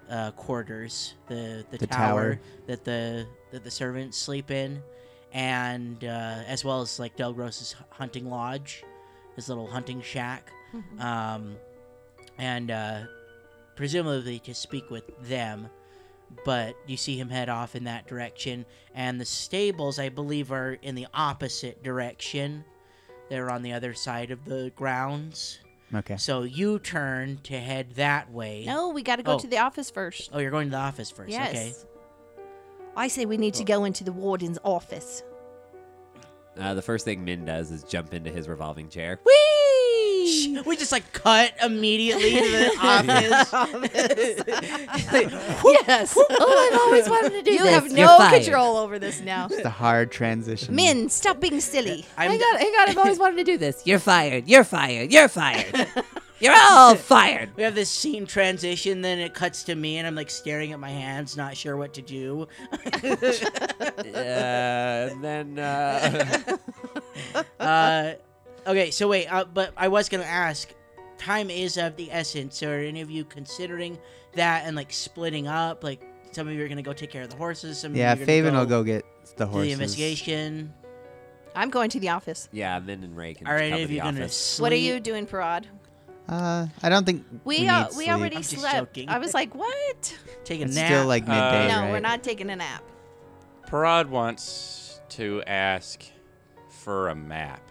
uh quarters, the the,
The
tower,
tower.
that the that the servants sleep in and uh as well as like Delgros's hunting lodge, his little hunting shack. Um and uh presumably to speak with them. But you see him head off in that direction, and the stables, I believe, are in the opposite direction. They're on the other side of the grounds.
Okay.
So you turn to head that way.
No, we gotta go
Oh.
to the office first.
Oh, you're going to the office first.
yes.
Okay.
I say we need to go into the warden's office.
Uh, the first thing Min does is jump into his revolving chair.
Shh, We just like cut immediately to the office.
Yes.
Oh, I've always wanted to do
you
this.
have
You're
no
fired.
control over this now.
It's a hard transition.
Min, stop being silly.
I'm
Hang on, hang on. I've always wanted to do this.
You're fired. You're fired. You're fired. You're all fired.
We have this scene transition, then it cuts to me, and I'm like staring at my hands, not sure what to do.
Uh, and then uh,
uh, okay, so wait, uh, but I was gonna ask. Time is of the essence. So are any of you considering that and like splitting up? Like some of you are gonna go take care of the horses. Some
Yeah,
of you are gonna
Faven will go get the
do
horses.
the investigation.
I'm going to the office.
yeah, Min and Ray can
Are any
cover
of
the
you gonna
office.
sleep?
What are you doing, Parad?
Uh, I don't think
We
we,
uh,
need
we
sleep.
already
I'm just
slept.
joking.
I was like, what?
take a
It's
nap?
still like
Uh,
midday,
no,
right?
we're not taking a nap.
Parad wants to ask for a map.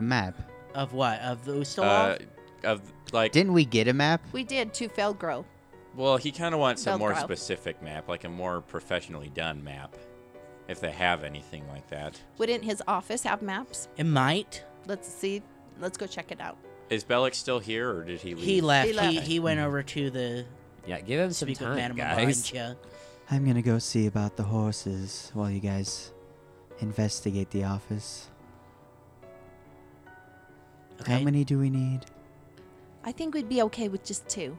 A map.
of what? Of the Ustalov?
Uh, of like,
Didn't we get a map?
We did to Felgrow.
well, he kind of wants a
Velcro.
more specific map, like a more professionally done map, if they have anything like that.
Wouldn't his office have maps?
it might.
Let's see. Let's go check it out.
Is Bellic still here, or did he leave?
He left. He,
left.
he, went over to the
Yeah, give him some
speak with
time,
Madame
guys.
Amantia.
I'm gonna go see about the horses while you guys investigate the office. How
Okay.
many do we need?
I think we'd be okay with just two.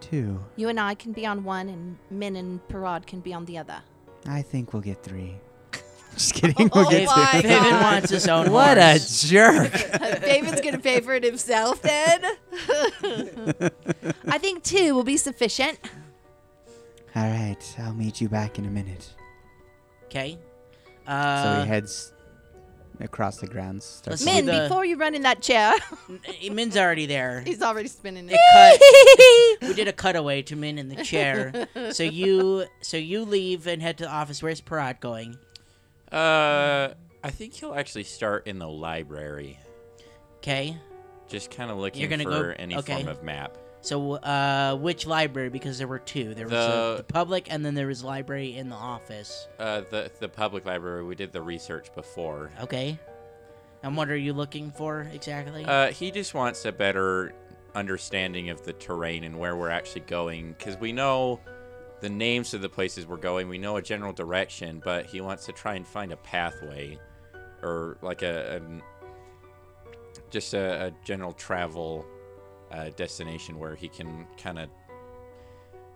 Two.
You and I can be on one, and Min and Parad can be on the other.
I think we'll get three. Just kidding. We'll get
Oh my
two.
God.
Faven wants his own
What a
horse.
jerk!
David's gonna pay for it himself then. I think two will be sufficient.
All right, I'll meet you back in a minute.
Okay. Uh,
so he heads across the grounds.
Let's
Starts
Min,
see the-
before you run in that chair,
Min's already there.
he's already spinning
It
it.
cut. we did a cutaway to Min in the chair. So you so you leave and head to the office. Where's Parad going?
Uh, I think he'll actually start in the library,
Okay.
just kind of looking
gonna
for
go-
any
okay.
form of map.
So, uh, which library? Because there were two. There was the,
The-
the public, and then there was library in the office.
Uh, the the public library. We did the research before.
Okay. And what are you looking for exactly?
Uh, he just wants a better understanding of the terrain and where we're actually going, because we know the names of the places we're going. We know a general direction, but he wants to try and find a pathway, or like a, an just a, a general travel uh, destination where he can kind of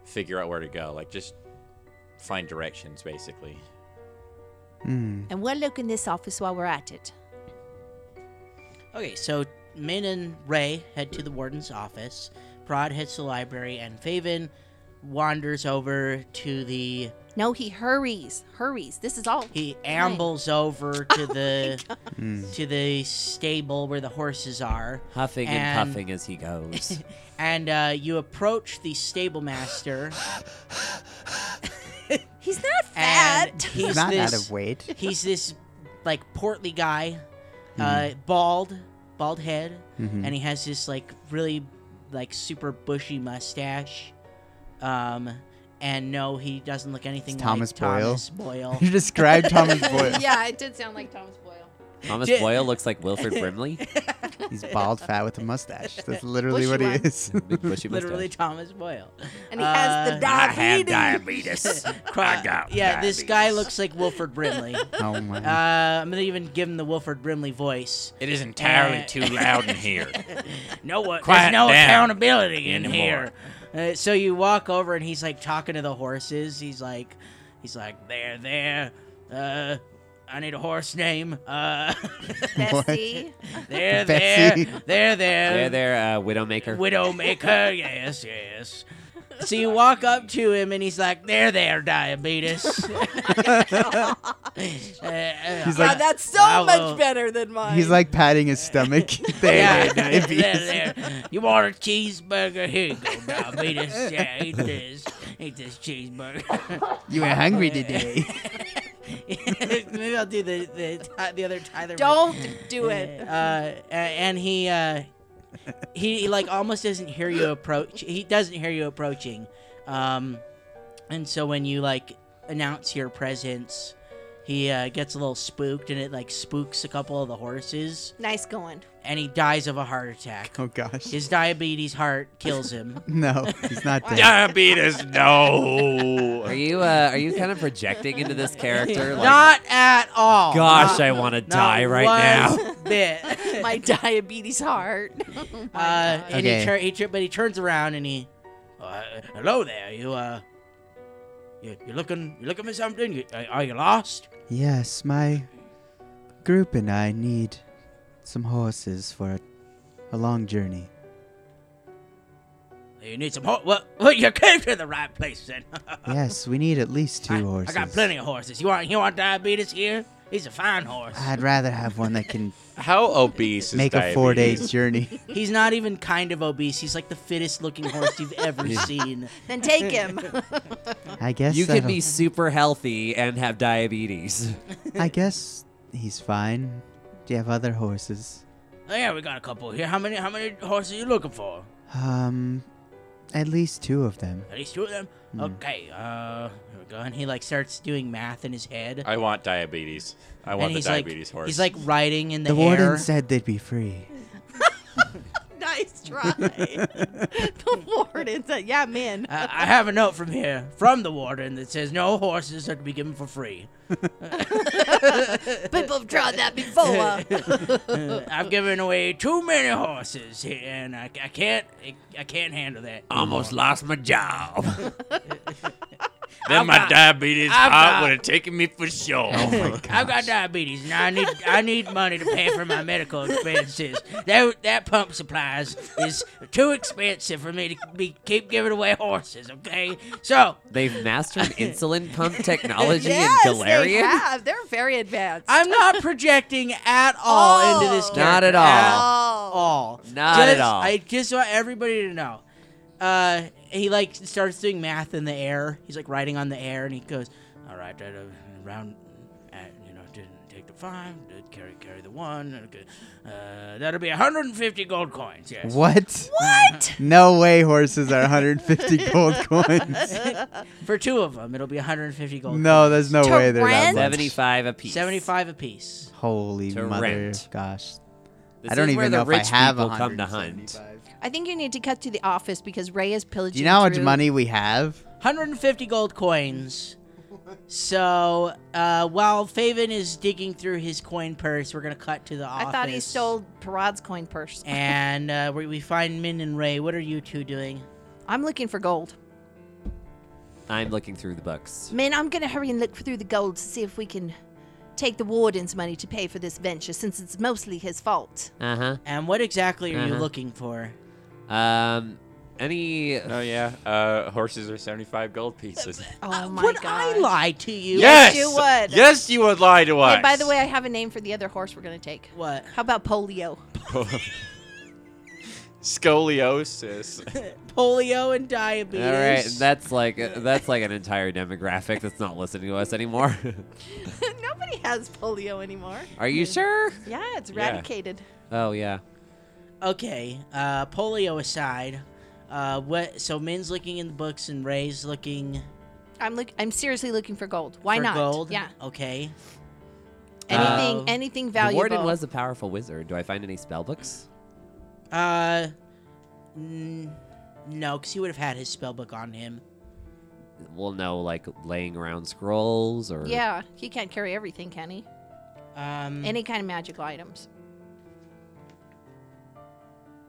figure out where to go, like just find directions, basically.
Hmm.
And we'll look in this office while we're at it.
Okay, so Min and Ray head to the warden's office. Prod heads to the library, and Faven wanders over to the.
No, he hurries, hurries. This is all.
He ambles over to the to the stable where the horses are,
Huffing and,
And-
puffing as he goes.
and uh, you approach the stable master.
He's not
and
fat.
he's
not
this
out of weight.
he's this like portly guy, uh,
Hmm.
bald, bald head,
Mm-hmm.
and he has this like really like super bushy mustache. Um, and no, he doesn't look anything like
Thomas Boyle.
Thomas Boyle.
You described Thomas Boyle.
yeah, it did sound like Thomas Boyle.
Thomas
J-
Boyle looks like Wilford Brimley.
He's bald, fat with a mustache. That's literally
Bushy
what he
one.
is.
Big bushy
Literally
mustache.
Thomas Boyle.
And he has the
Uh,
dog.
Cry- yeah, this guy looks like Wilford Brimley. uh,
oh my.
I'm gonna even give him the Wilford Brimley voice.
It is entirely
Uh,
too loud in here.
No, uh, there's
Quiet
no
down
accountability in
anymore.
here. Uh, so you walk over, and he's like talking to the horses. He's like, he's like, there, there. Uh, I need a horse name. Uh,
Bessie.
there, there,
Betsy.
there, there, there,
There, there, uh, Widowmaker.
Widowmaker. yes, yes. So you walk up to him, and he's like, there, there, diabetes. Uh,
He's
"Oh,
Wow,
like
that's so
I will-
much better than mine.
he's like patting his stomach. there,
Uh, Yeah,
there,
yeah,
diabetes.
there, there. You want a cheeseburger? Here you go, diabetes. Yeah, eat this. Eat this cheeseburger.
You were hungry today.
Maybe I'll do the the, Ty- the other Tyler.
Don't do
Uh,
it.
a- and he uh, he he, like almost doesn't hear you approach. He doesn't hear you approaching. Um, and so when you like announce your presence, he uh, gets a little spooked, and it like spooks a couple of the horses,
Nice going.
and he dies of a heart attack.
Oh gosh.
His diabetes heart kills him.
No, he's not dead.
Diabetes, no.
Are you uh, are you kind of projecting into this character? Like,
Not at all.
gosh,
Not-
I want to
not
die right now.
one Bit.
My diabetes heart.
uh, and he
Okay.
tur- he tur- but he turns around and he, uh, hello there. You uh, you you looking you looking for something? You, uh, are, are you lost?
Yes, my group and I need some horses for a, a long journey.
You need some horse? Well, well, you came to the right place then.
Yes, we need at least two
Uh, I, I
horses.
got plenty of horses. You want you want diabetes here? He's a fine horse.
I'd rather have one that can
How obese is
make a four day
diabetes?
journey.
He's not even kind of obese. He's like the fittest looking horse you've ever seen.
Then take him.
I guess
You could
that'll-
be super healthy and have diabetes.
I guess he's fine. Do you have other horses?
Oh, yeah, we got a couple here. How many how many horses are you looking for?
Um, at least two of them.
At least two of them.
Hmm.
Okay. Uh, here we go. And he like starts doing math in his head.
I want diabetes. I want
and
the
he's
diabetes
like,
horse.
He's like riding in the,
The
air.
warden said they'd be free.
nice try. the warden said, yeah, man.
Uh, I have a note from here from the warden that says no horses are to be given for free.
People have tried that before.
Uh, I've given away too many horses, here, and I, I can't I, I can't handle that.
Almost lost my job.
then
I've
my
got-
diabetes
I've got-
heart would have taken me for sure.
Oh
I've got diabetes, and I need I need money to pay for my medical expenses. That that pump supplies is too expensive for me to be keep giving away horses. Okay, so
They've mastered insulin pump technology
yes,
in
they
Galarian.
have. They're very advanced.
I'm not projecting at all into this
Oh.
character.
Not at
all.
all.
Not
Just-
at all.
I just want everybody to know. Uh, he like starts doing math in the air. He's like writing on the air, and he goes, "All right, right, uh, around, uh, you know, didn't take the five, did carry carry the one. okay. Uh, that'll be 150 gold coins. Yes.
What? What? no way horses are 150 gold coins.
For two of them, it'll be 150 gold.
No, there's no way they're that
rent?
much.
75 apiece.
coins. 75 apiece.
Holy
To
mother
rent.
gosh.
This
I don't
is
even
where
know
the
if
rich
I have
people come to
175.
hunt.
I think you need to cut to the office because Ray is pillaging.
Do you know how much
through-
money we have?
150 gold coins. So uh, while Faven is digging through his coin purse, we're gonna cut to the
I
office.
thought he stole Parad's coin purse.
And uh, we, we find Min and Ray. What are you two doing?
I'm looking for gold.
I'm looking through the books.
Man, I'm gonna hurry and look through the gold to see if we can take the warden's money to pay for this venture, since it's mostly his fault.
Uh-huh.
Uh
And what exactly are you
Uh-huh.
looking for?
huh. Um, any.
Oh yeah, uh, horses are seventy-five gold pieces.
Oh
Uh,
my
would
god!
I lie to you?
Yes, you would.
Yes, you would lie to us.
Hey, by the way, I have a name for the other horse we're gonna take.
What?
How about polio?
scoliosis.
Polio and
All
diabetes.
right, that's like uh, that's like an entire demographic that's not listening to us anymore.
Nobody has polio anymore.
Are you sure?
Yeah, it's
Yeah.
eradicated.
Oh yeah.
Okay. Uh, polio aside, uh, what? So Min's looking in the books and Ray's looking
I'm look. I'm seriously looking for gold. Why
for
not?
gold.
Yeah.
Okay.
Anything.
Uh,
anything
Um, The
valuable.
warden was a powerful wizard. Do I find any spell books?
Uh, n- no, because he would have had his spell book on him.
Well, no, like laying around scrolls or
Yeah, he can't carry everything, can he?
Um,
Mm.
Any kind of magical items.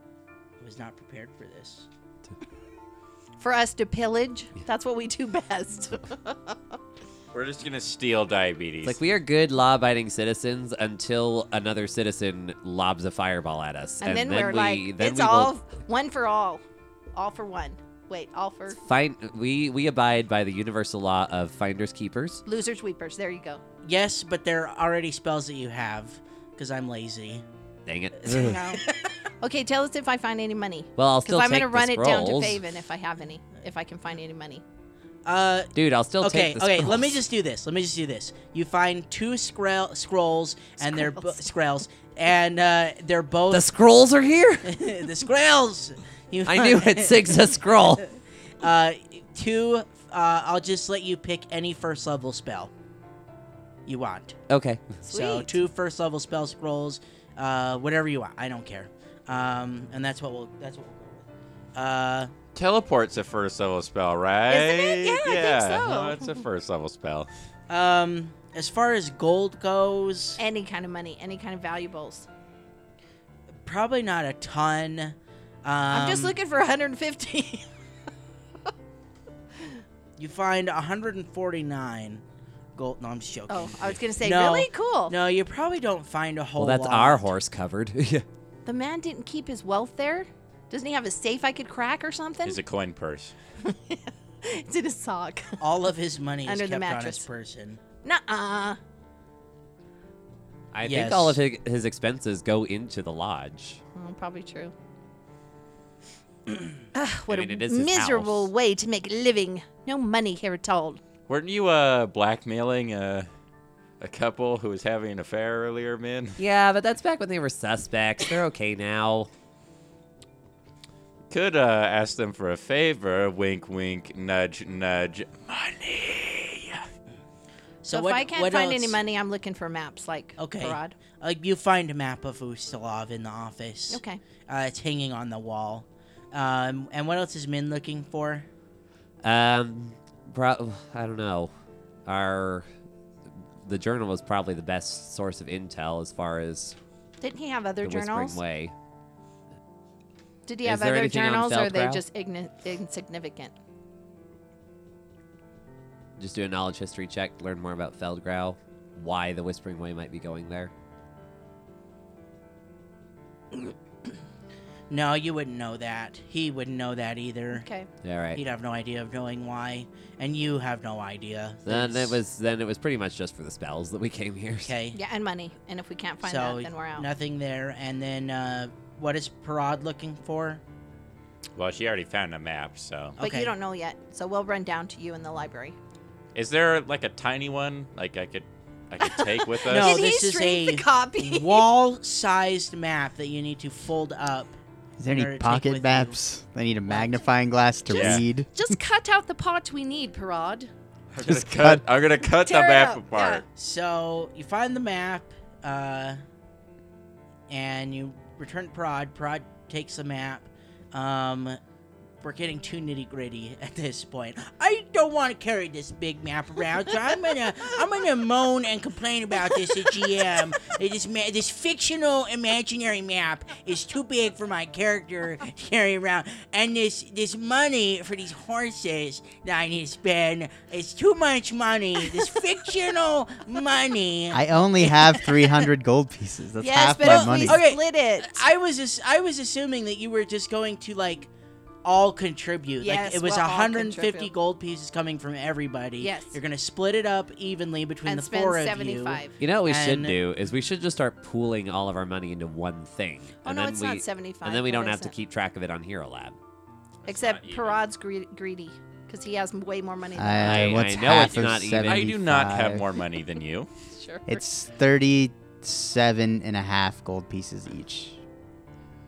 I was not prepared for this.
For us to pillage, that's what we do best.
We're just gonna steal diabetes.
It's like we are good law-abiding citizens until another citizen lobs a fireball at us,
and, then, we're
we
like,
then
it's
we will
all one for all, all for one. Wait, all for
find we we abide by the universal law of finders keepers.
losers, weepers. There you go.
Yes, but there are already spells that you have, because I'm lazy.
Dang it!
No. okay, tell us if I find any money.
well, I'll
Because
still
I'm
take
gonna
the
run it down to
scrolls.
Faven if I have any, if I can find any money.
Uh,
Dude, I'll still
okay,
take the
okay. Let
scrolls.
me just do this. Let me just do this. You find two screll- scrolls, and they're bo- scrolls, and uh, they're both
The scrolls are here.
the scrolls. You
I knew it. Sig's a scroll.
Uh, two. Uh, I'll just let you pick any first level spell you want.
Okay.
So two first level spell scrolls, uh, whatever you want. I don't care. Um, and that's what we'll that's what we'll go with. Uh,
Teleport's a first level spell, right?
Isn't it? Yeah, I think so.
no, it's a first level spell.
um, as far as gold goes,
Any kind of money, any kind of valuables.
probably not a ton. Um,
I'm just looking for 150.
You find 149 gold. No, I'm just joking.
oh, I was gonna say,
No.
really cool.
No, you probably don't find a whole.
Well, that's
lot.
our horse covered. Yeah.
The man didn't keep his wealth there. Doesn't he have a safe I could crack or something?
It's a coin purse.
it's in his sock.
All of his money is
Under the
kept on his
mattress.
person.
Nuh-uh.
I
Yes.
think all of his, his expenses go into the lodge.
Oh, probably true. Ugh, Ah, what
mean, it
a
is his
miserable
house.
way to make a living. No money here at all.
Weren't you uh blackmailing a a couple who was having an affair earlier, Min?
Yeah, but that's back when they were suspects. They're okay now.
Could uh ask them for a favor. Wink, wink. Nudge, nudge.
So,
So,
what,
if I can't
what
find
else?
any money, I'm looking for maps like
Okay.
Parad.
Uh, you find a map of Ustalov in the office.
Okay.
Uh, it's hanging on the wall. Um, and what else is Min looking for?
Um, pro- I don't know. Our the journal was probably the best source of intel as far as
Didn't he have other
the
journals?
Whispering Way.
Did he
Is
have
there
other
anything on
journals or are they
Feldgrau?
just igni- insignificant?
Just do a knowledge history check, learn more about Feldgrau, why the Whispering Way might be going there.
No, you wouldn't know that. He wouldn't know that either.
Okay.
All right.
He'd have no idea of knowing why, and you have no idea.
Then it
It's-
was then it was pretty much just for the spells that we came here.
okay.
Yeah, and money. And if we can't find
so
that, then we're out.
nothing there. And then uh, what is Parad looking for?
Well, she already found a map, so
But
okay.
you don't know yet, so we'll run down to you in the library.
is there like a tiny one? Like I could I could take with us?
No,
Did he
this is
shrink
a
the copy?
wall-sized map that you need to fold up.
Is there
in order
any
to take with you.
pocket maps? I need a magnifying glass to
Just-
read.
Just cut out the part we need, Parad.
I'm gonna
Just
cut. I'm gonna cut the
Tear it
map
up,
apart.
So you find the map, uh, and you return to Prod. Prod takes the map. Um, we're getting too nitty gritty at this point. I don't want to carry this big map around, so I'm gonna I'm gonna moan and complain about this at GM. It is ma- this fictional imaginary map is too big for my character to carry around, and this this money for these horses that I need to spend is too much money. This fictional money.
I only have 300 gold pieces. That's
Yes,
half
but
my
if
money.
we
Okay.
split it.
I was as- I was assuming that you were just going to like all contribute. like
Yes,
it was
we'll all
150
contribute.
gold pieces coming from everybody.
Yes.
You're gonna split it up evenly between
and
the four
spend
of
seventy
you.
five.
You know what we should
And-
do is we should just start pooling all of our money into one thing.
Oh
and
no,
then
it's
we,
not seventy five.
And then we don't have to keep track of it on Hero Lab.
Except
It's not even.
Parad's gre- greedy because he has way more money. Than
I, uh,
I-
what's
I know
half
it's
of
not even.
I do not have
75?
more money than you.
sure.
It's 37 and a half gold pieces each.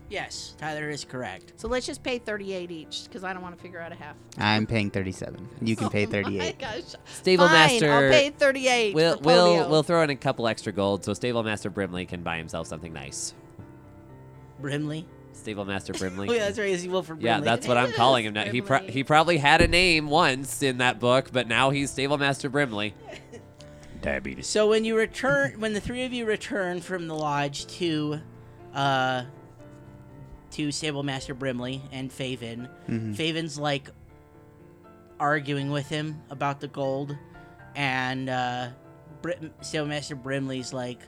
Yes, Tyler is correct.
So let's just pay thirty eight each because I don't want to figure out a half. Oh
I'm paying 37. You can pay
My
38.
gosh.
Stable
Fine,
Master.
I'll pay thirty eight.
We'll, we'll, we'll throw in a couple extra gold so Stable Master Brimley can buy himself something nice.
Brimley.
Stable Master Brimley.
Oh yeah, that's right. Is he Wilford Brimley?
Yeah, that's what I'm calling him now. He pro-
Brimley.
he probably had a name once in that book, but now he's Stable Master Brimley.
Diabetes.
So when you return, when the three of you return from the lodge to, uh, to Stable Master Brimley and Faven,
Mm-hmm.
Faven's like arguing with him about the gold, and uh, Br- Stable Master Brimley's like,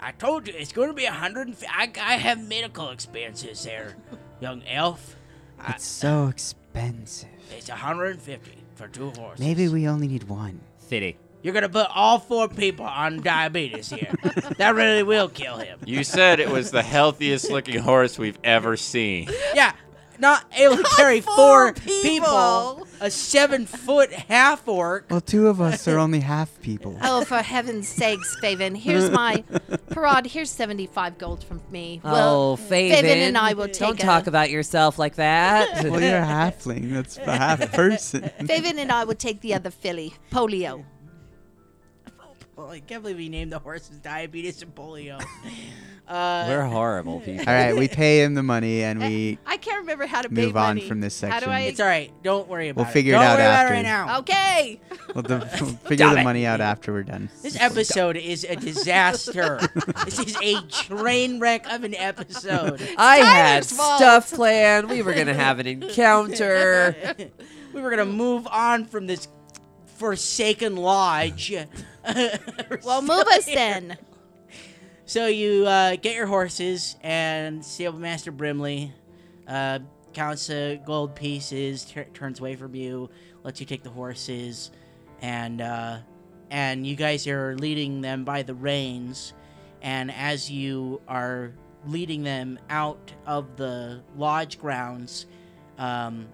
"I told you it's going to be a hundred. and fi- I I have medical expenses there, young elf. I,
It's so expensive.
it's a hundred and fifty for two horses.
Maybe we only need one.
Fitty.
You're gonna put all four people on diabetes here. that really will kill him.
You said it was the healthiest looking horse we've ever seen.
Yeah, not able to carry four,
four
people.
people.
A seven foot half orc.
Well, two of us are only half people.
Oh, for heaven's sakes, Faven. Here's my.
Parad, here's seventy five gold from me.
oh, Faven.
and I will
Don't
take a-
talk about yourself like that.
Well, you're a halfling. That's a half person.
Faven and I will take the other filly, polio.
Well, I can't believe he named the horses diabetes and polio.
We're horrible people.
All right, we pay him the money and we
I can't remember how to pay
move on
money.
from this
How do
section.
I?
It's all right. Don't worry about
We'll figure it
Don't
out
worry About
after.
it right now.
Oh. Okay.
we'll, de- we'll figure the money out after we're done.
This episode is a disaster. this is a train wreck of an episode.
I had
Tyler's fault.
stuff planned. We were gonna have an encounter.
We were gonna move on from this forsaken lodge.
Well, move us then.
So you uh, get your horses, and Stable Master Brimley uh, counts the gold pieces, tur turns away from you, lets you take the horses, and uh, and you guys are leading them by the reins. And as you are leading them out of the lodge grounds, um,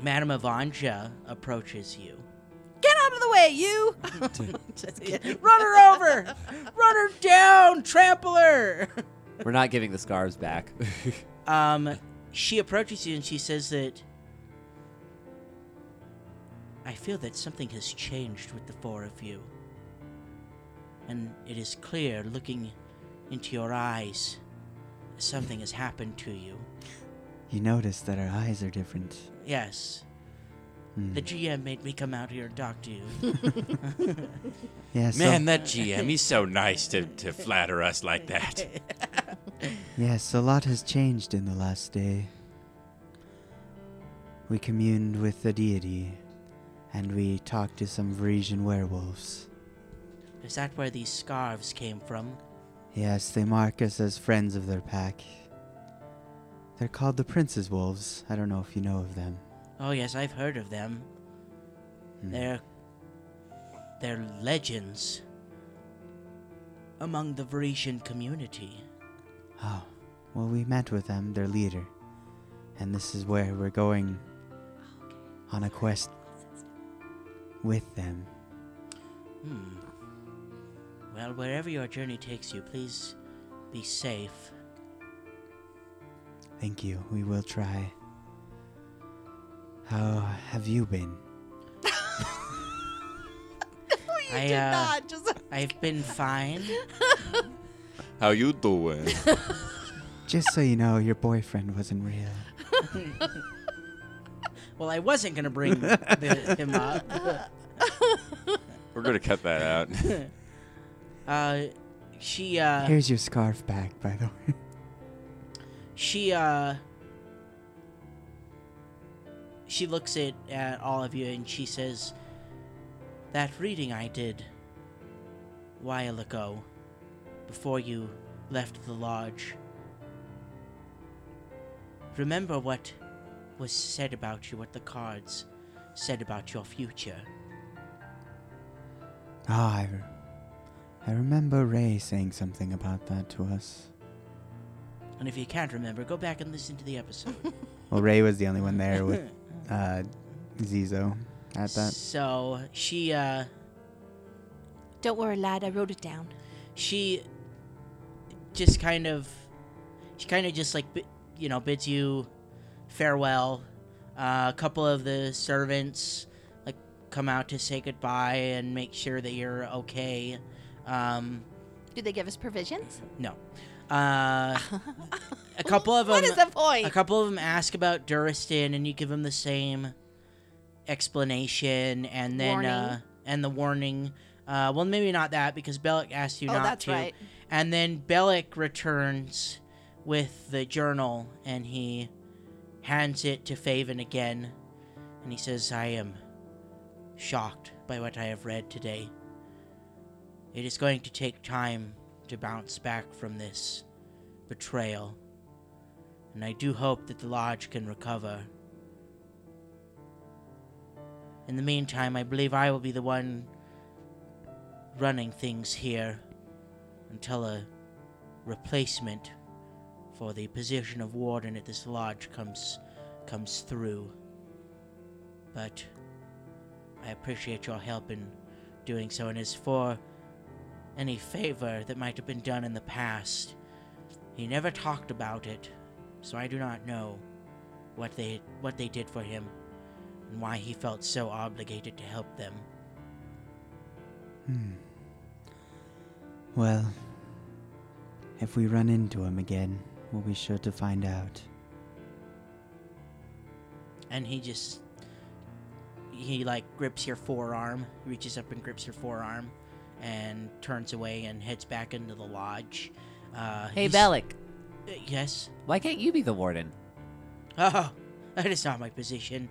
Madame Avanja approaches you.
Get out of the way, you.
Run her over! Run her down! Trample her!
we're not giving the scarves back.
Um, she approaches you and she says that I feel that something has changed with the four of you. And it is clear, looking into your eyes, something has happened to you.
You notice that our eyes are different.
Yes,
Hmm.
the GM made me come out here and talk to you.
Yeah, so,
Man, that GM, he's so nice to, to flatter us like that.
Yes, a lot has changed in the last day. We communed with the deity, and we talked to some Varisian werewolves.
Is that where these scarves came from?
Yes, they mark us as friends of their pack. They're called the Prince's Wolves. I don't know if you know of them.
Oh yes, I've heard of them. They're they're legends among the Varisian community.
Oh, well, we met with them, their leader. And this is where we're going on a quest with them.
Hmm. Well, wherever your journey takes you, please be safe.
Thank you. We will try. How have you been?
I, did
uh,
not. Just I've been fine.
How you doing?
Just so you know, your boyfriend wasn't real.
Well, I wasn't gonna bring the, him up.
We're gonna cut that out.
Uh, she uh,
Here's your scarf back, by the way.
she uh she looks at, at all of you and she says that reading i did while ago before you left the lodge remember what was said about you what the cards said about your future
Ah, I, re- I remember Ray saying something about that to us.
and if you can't remember go back and listen to the episode
Well, Ray was the only one there with uh, Zizo at that.
so she uh
Don't worry, lad. I wrote it down.
she just kind of she kind of just like bi- you know bids you farewell uh, a couple of the servants like come out to say goodbye and make sure that you're okay um
Do they give us provisions?
no uh a couple of them
What is the
a
point?
couple of them ask about Duristan, and you give them the same explanation, and then
Warning.
Uh, and the warning. Uh, well, maybe not that because Bellic asked you
Oh,
not
that's
to.
right.
And then Bellic returns with the journal, and he hands it to Faven again, and he says, "I am shocked by what I have read today. It is going to take time to bounce back from this betrayal." and I do hope that the lodge can recover. In the meantime, I believe I will be the one running things here until a replacement for the position of warden at this lodge comes comes through. But I appreciate your help in doing so, and as for any favor that might have been done in the past, he never talked about it so I do not know what they what they did for him and why he felt so obligated to help them.
Well, if we run into him again, we'll be sure to find out.
And he just he like grips your forearm, reaches up and grips your forearm, and turns away and heads back into the lodge. Uh,
Hey,
he's-
Bellic,
Uh, yes.
why can't you be the warden?
Oh, that is not my position.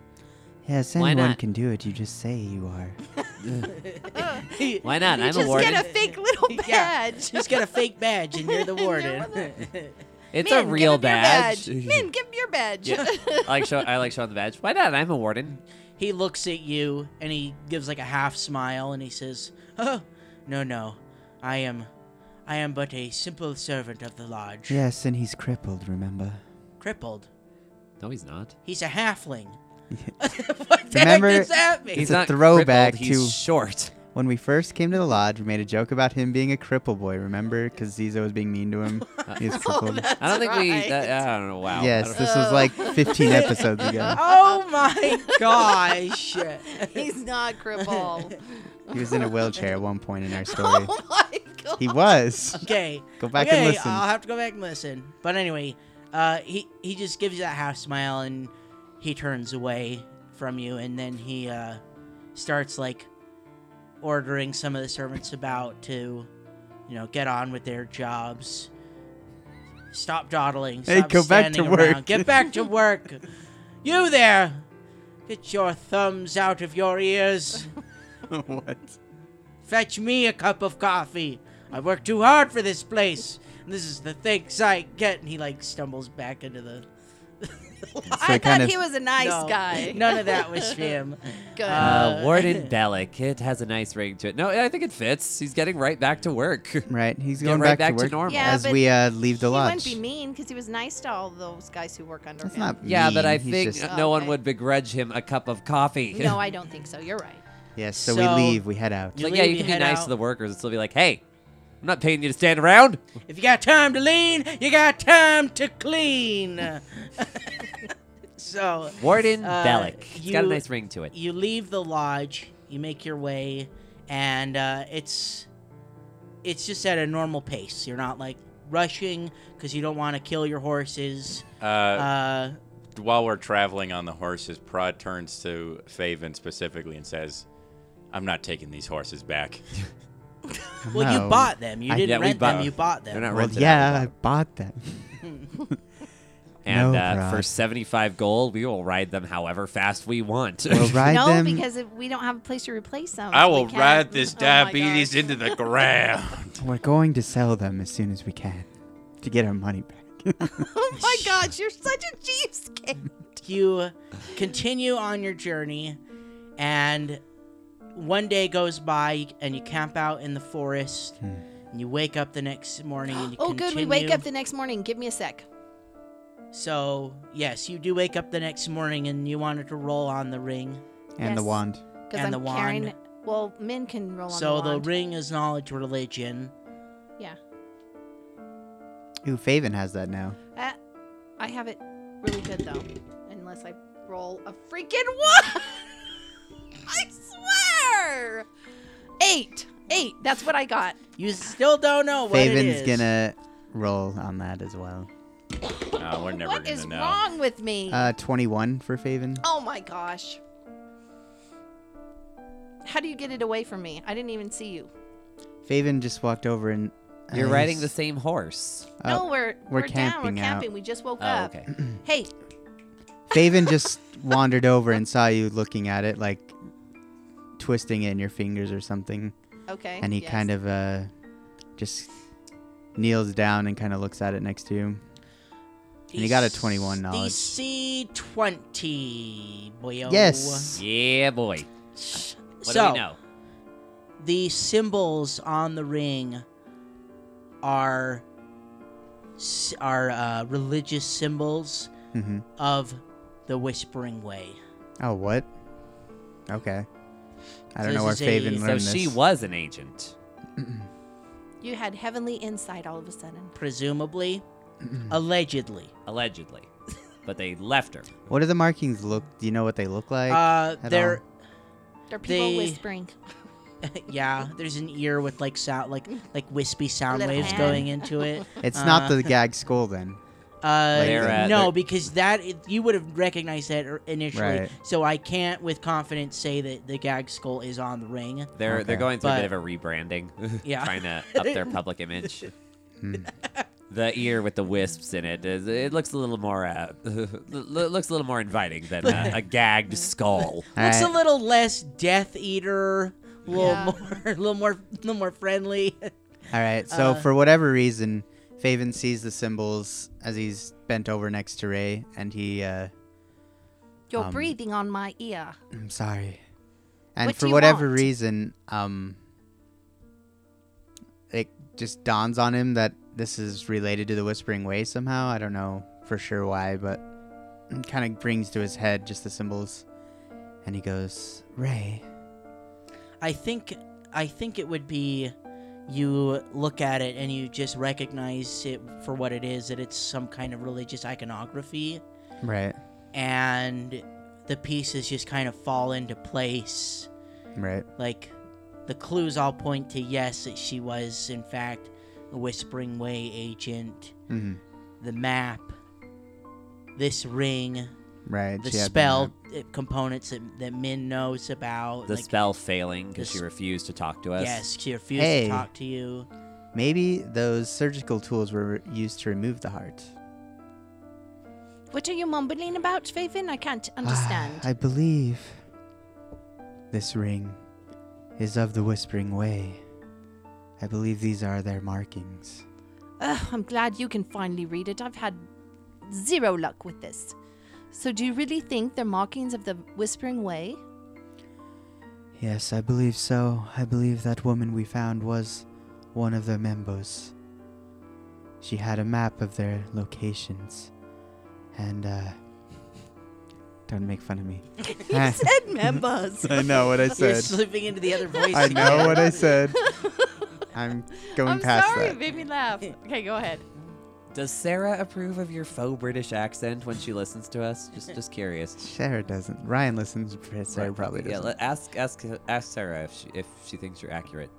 Yes,
Why
anyone
not?
can do it. You just say you are.
Why not? I'm a
Just
warden.
get a fake little
Yeah.
badge.
He's got a fake badge, and you're the warden.
it's
Men,
a real
give him your
badge.
Men, give him your badge.
Yeah. I like show, I like showing the badge. Why not? I'm a warden.
he looks at you and he gives like a half smile and he says, "Oh, no, no, I am, I am but a simple servant of the lodge.
yes, and he's crippled, remember?
Crippled.
No, he's not.
He's a halfling. what the
Remember-
heck does that mean?
He's
He's
a
not
throwback
crippled, He's
to-
short.
When we first came to the lodge, we made a joke about him being a cripple boy, remember? Because Zizo was being mean to him.
Oh,
He's crippled.
I don't think we.
right.
That, I don't know. Wow. I
yes,
don't-
this was like 15 episodes ago.
Oh my gosh!
He's not crippled.
He was in a wheelchair at one point in our story.
oh my god.
He was.
okay.
Go back
okay,
and listen.
I'll have to go back and listen. But anyway, uh, he he just gives you that half smile and he turns away from you, and then he uh, starts like ordering some of the servants about to, you know, get on with their jobs. Stop dawdling.
Hey,
stop
go back to
standing
work.
around, Get back to work. you there? Get your thumbs out of your ears.
what?
Fetch me a cup of coffee. I worked too hard for this place. And this is the thanks I get. And he like stumbles back into the
I
kind
thought
of-
he was a nice
No,
guy.
None of that was him.
Good.
Uh, Warden Bellic. It has a nice ring to it. No, I think it fits. He's getting right back to work.
Right, he's
Get
going
right
back,
back
to
to
work
normal.
Yeah,
as
but
we uh, leave the
he
lodge.
wouldn't be mean because he was nice to all those guys who work under
That's
him.
not
Yeah, but I
mean, he's
think
just-
no one
Okay.
would begrudge him a cup of coffee.
no, I don't think so. You're right.
Yes, so,
So-
we leave. We head out.
You
like, yeah,
leave,
you
you
can be
head
nice
out.
to the workers and still be like, hey, I'm not paying you to stand around.
If you got time to lean, you got time to clean. so
Warden
Uh,
Bellick. It's got a
you-
nice ring to it.
you leave the lodge, you make your way, and uh, it's it's just at a normal pace. You're not like rushing because you don't want to kill your horses.
Uh,
Uh,
while we're traveling on the horses, Prod turns to Faven specifically and says, "I'm not taking these horses back."
well, you
No.
bought them. You
I-
didn't
Yeah, we
rent them.
bought-
You bought
They're
them.
not
Well,
rented.
yeah,
out.
I bought them.
And
No,
uh, for
Brad.
75 gold, we will ride them however fast we want.
We'll ride
no,
them.
because if we don't have a place to replace them.
I
we
will
can't-
ride this
Oh my
diabetes
gosh.
into the ground.
We're going to sell them as soon as we can to get our money back.
Oh my gosh, you're such a cheapskate.
you continue on your journey and one day goes by and you camp out in the forest
Hmm.
and you wake up the next morning and you
Oh, good. We wake
continue.
up the next morning. Give me a sec.
so yes you do wake up the next morning and you wanted to roll on the ring
and the
Yes.
wand.
Because
And
I'm
the wand.
carrying. Well, men can roll
so
on the
the
wand.
ring is knowledge religion
yeah.
Ooh, Faven has that now.
Uh, I have it really good though, unless I roll a freaking one. I swear. Eight, eight. That's what I got.
you still don't know what it
Faven's
is.
gonna roll on that as well.
no, Uh, we're never
what
gonna
is
know.
wrong with me?
Uh, 21 for Faven.
oh my gosh. How do you get it away from me? I didn't even see you.
Faven just walked over and. uh,
You're riding the
he's-
same horse.
no, we're
we're
we're, down. We're
camping out.
camping. We just woke
Oh,
up.
okay.
Hey,
Faven just wandered over and saw you looking at it, like twisting it in your fingers or something.
okay.
And he
yes.
kind of uh, just kneels down and kind of looks at it next to you. And you got a 21 knowledge.
dc 20 boyo
Yes.
Yeah, boy. What
so
do we know?
the symbols on the ring are s- are uh, religious symbols
hmm
of the Whispering Way.
Oh, what? Okay. I don't
So
know where
this is a-
Faven
So
So
learned
she
this.
was an agent.
you had heavenly insight all of a sudden.
Presumably,
Mm-hmm.
allegedly.
allegedly. but they left her.
What do the markings look? Do you know what they look like?
uh,
at
there,
There are people
They-
whispering.
yeah. There's an ear with like sound, like like wispy sound
Little
waves
hand.
going into it.
it's not
uh,
the gag skull then.
Uh,
They're, uh,
no,
they're-
because that it, you would have recognized that er- initially.
Right.
So I can't with confidence say that the gag skull is on the ring.
They're they're
Okay.
going through a
But-
bit of a rebranding,
Yeah.
trying to up their public image.
Hmm.
the ear with the wisps in it, is- it looks a little more uh, l- l- looks a little more inviting than uh, a gagged skull.
Looks
Alright.
a little less Death Eater, a little
Yeah.
more, a little more, a little more friendly.
All right. So
Uh,
for whatever reason, Faven sees the symbols as he's bent over next to Ray, and he. Uh,
You're
Um,
breathing on my ear.
I'm sorry. And
What do
for
you
whatever
want?
reason, um, it just dawns on him that this is related to the Whispering Way somehow. I don't know for sure why, but it kind of brings to his head just the symbols, and he goes, "Ray,
I think, I think it would be, you look at it and you just recognize it for what it is. That it's some kind of religious iconography,
right,
and the pieces just kind of fall into place.
right."
Like, the clues all point to yes, that she was in fact a Whispering Way agent.
Mm-hmm.
The map, this ring.
Right.
the
she had
spell uh, components that, that Min knows about.
The
like,
spell failing because
this-
she refused to talk to us.
Yes, she refused
Hey.
to talk to you.
that. Maybe those surgical tools were re- used to remove the heart.
What are you mumbling about, Faven? I can't understand.
Ah, I believe this ring is of the Whispering Way. I believe these are their markings.
Ugh, I'm glad you can finally read it. I've had zero luck with this. So, do you really think they're markings of the Whispering Way?
Yes, I believe so. I believe that woman we found was one of their members. She had a map of their locations. And, uh. Don't make fun of me.
You said members.
I know what I
You're slipping into the other voice.
I know what I said. I'm going
I'm
past
sorry,
that.
it made me laugh. Okay, go ahead.
Does Sarah approve of your faux British accent when she listens to us? Just, just curious.
Sarah doesn't. Ryan listens. but Sarah
Right,
probably
Yeah,
doesn't.
let- ask ask ask Sarah if she, if she thinks you're accurate.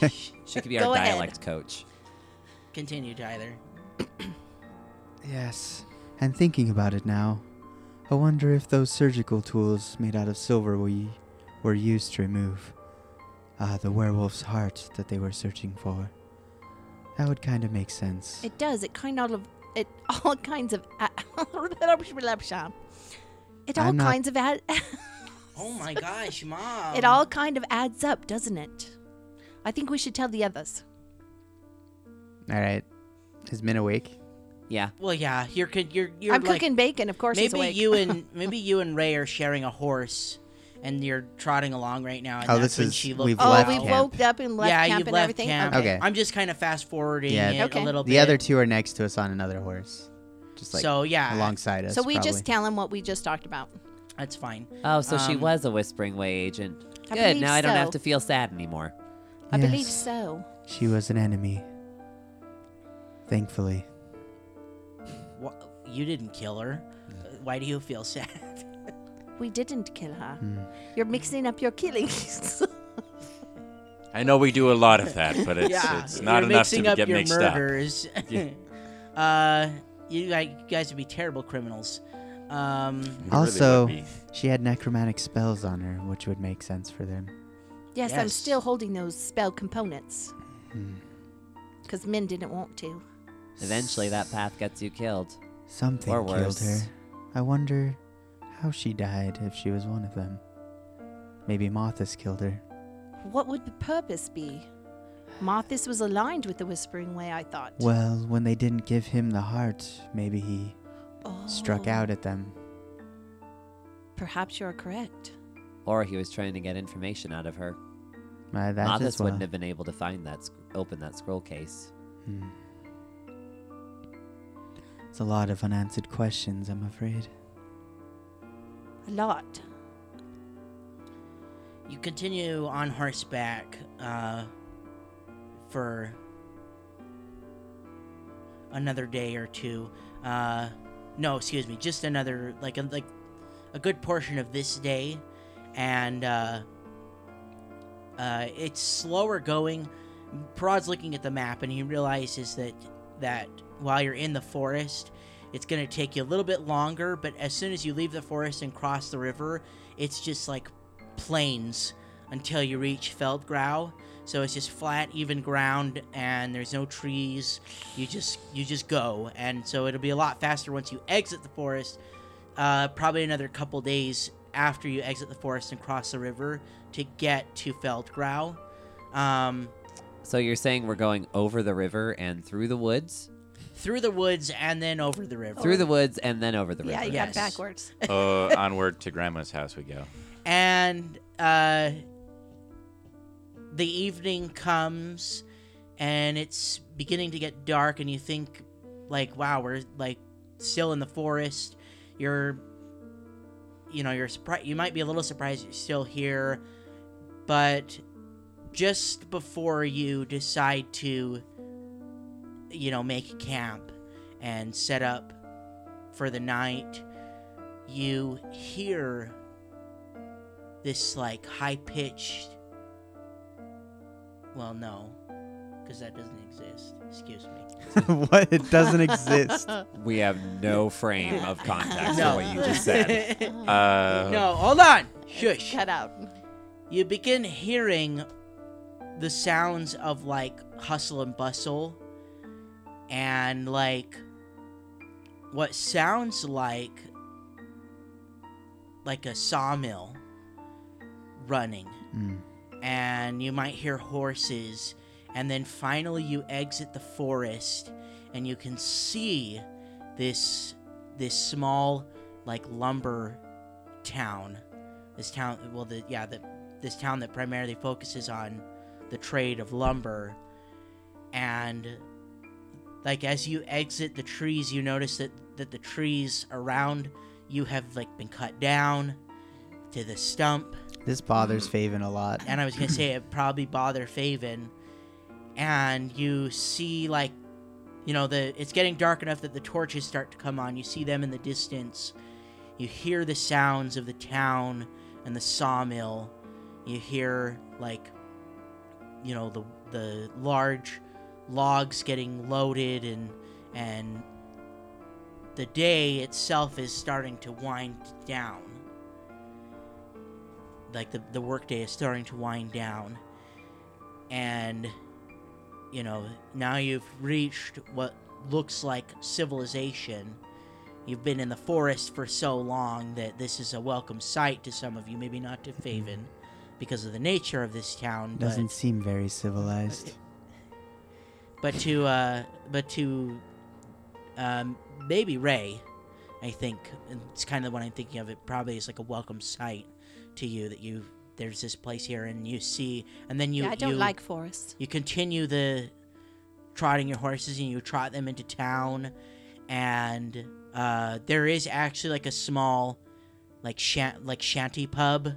she could be
Go
our
ahead.
dialect coach.
Continue, Tyler.
Yes. And thinking about it now, I wonder if those surgical tools made out of silver we were used to remove ah the werewolf's heart that they were searching for. That would kind of make sense.
It does. It kind of it all kinds of it all
I'm not-
kinds of ad,
Oh my gosh, mom.
Um,
it all kind of adds up, doesn't it? I think we should tell the others.
All right. Is Min awake?
Yeah.
Well, yeah. You're co- you're you're
I'm
like,
cooking bacon, of course. he's
maybe
awake.
you and maybe you and Ray are sharing a horse, and you're trotting along right now. And
Oh,
that's
this
when
is-
she looked
we've
oh,
left
we
camp.
woke up and left
yeah,
camp
you've
and
left
everything.
Camp.
Okay.
I'm just kind of fast forwarding
Yeah.
it
Okay.
a little bit.
The other two are next to us on another horse, just like
so yeah,
alongside us.
uh, So we just
probably.
tell him what we just talked about.
that's fine.
Oh, so she
Um,
was a Whispering Way agent.
I
Good.
believe
Now I don't have
so.
to feel sad anymore.
I believe
Yes.
so.
she was an enemy. Thankfully,
Wha you didn't kill her. Uh, Why do you feel sad?
We didn't kill her. You're mixing up your killings.
I know we do a lot of that, but it's it's not
You're
enough to
mixing up
get
your
mixed
murders.
Yeah.
uh, you guy- you guys would be terrible criminals. Um,
up.
Also- she had necromantic spells on her, which would make sense for them.
yes, I'm
Yes.
still holding those spell components. Hmm. Because men didn't want to.
Eventually, that path gets you killed.
Something
Or
killed her.
worse.
I wonder how she died if she was one of them. Maybe Mothis killed her.
What would the purpose be? Marthas was aligned with the Whispering Way, I thought.
Well, when they didn't give him the heart, maybe he struck
Oh,
out at them.
Perhaps you're correct.
Or he was trying to get information out of her.
Uh, that
Mathis
as well.
wouldn't have been able to find that, sc- open that scroll case.
Hmm. It's a lot of unanswered questions, I'm afraid.
A lot.
you continue on horseback uh, for another day or two. Uh, no, excuse me, just another like a, like a good portion of this day, and uh, uh, it's slower going. Prod's looking at the map and he realizes that that while you're in the forest, it's gonna take you a little bit longer. But as soon as you leave the forest and cross the river, it's just like plains until you reach Feldgrau. So it's just flat, even ground, and there's no trees. You just you just go, and so it'll be a lot faster once you exit the forest. Uh, probably another couple days after you exit the forest and cross the river to get to Feldgrau. Um,
So you're saying we're going over the river and through the woods?
through the woods and then over the river.
Through the woods and then over the river.
Yeah, you
Yes.
got backwards.
uh, onward to Grandma's house we go.
and uh, the evening comes and it's beginning to get dark and you think like wow we're like still in the forest you're you know you're surprised you might be a little surprised you're still here but just before you decide to you know make camp and set up for the night you hear this like high pitched. Well, no, because that doesn't exist. Excuse me.
what? It doesn't exist.
We have no frame of context
No.
for what you just said. Um,
Uh,
no, hold on. Shush.
Cut out.
You begin hearing the sounds of like hustle and bustle and like what sounds like like a sawmill running.
Mm.
and you might hear horses. And then finally, you exit the forest, and you can see this this small like lumber town. This town, well, the yeah, the, this town that primarily focuses on the trade of lumber. And like as you exit the trees, you notice that that the trees around you have like been cut down to the stump
This bothers Faven a lot.
and I was gonna say it probably bother Faven. and you see like you know the it's getting dark enough that the torches start to come on you see them in the distance you hear the sounds of the town and the sawmill you hear like you know the the large logs getting loaded and and the day itself is starting to wind down like the the workday is starting to wind down and you know now you've reached what looks like civilization you've been in the forest for so long that this is a welcome sight to some of you maybe not to faven because of the nature of this town but
Doesn't seem very civilized.
but to uh, but to um, maybe Ray, I think and it's kind of what I'm thinking of. It probably is like a welcome sight to you that you there's this place here and you see, and then you
yeah, I don't
you,
like forests.
you continue the trotting your horses and you trot them into town and uh, there is actually like a small like shant like shanty pub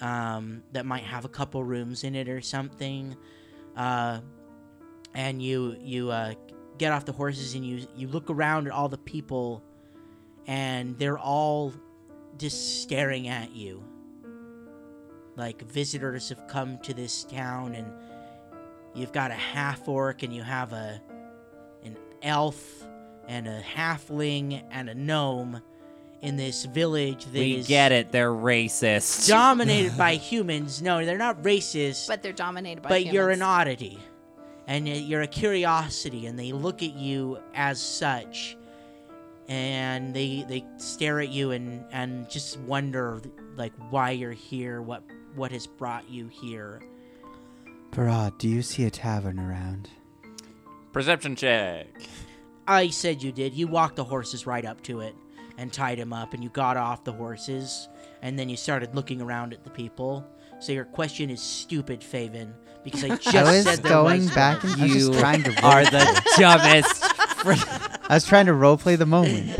um, that might have a couple rooms in it or something uh, and you you uh, get off the horses and you you look around at all the people and they're all just staring at you like visitors have come to this town and you've got a half orc and you have a an elf and a halfling and a gnome in this village that is
We get it. They're racist.
dominated by humans. No, they're not racist, but,
But they're dominated by humans.
you're an oddity. And y- you're a curiosity and they look at you as such. And they they stare at you and and just wonder like why you're here, what what has brought you here.
Parad, do you see a tavern around?
Perception check.
I said you did. You walked the horses right up to it and tied him up, and you got off the horses, and then you started looking around at the people. So your question is stupid, Faven, because I just
I was
said there
going
was-
back and I was
You
just trying to
Are
role-
the dumbest.
I was trying to roleplay the moment.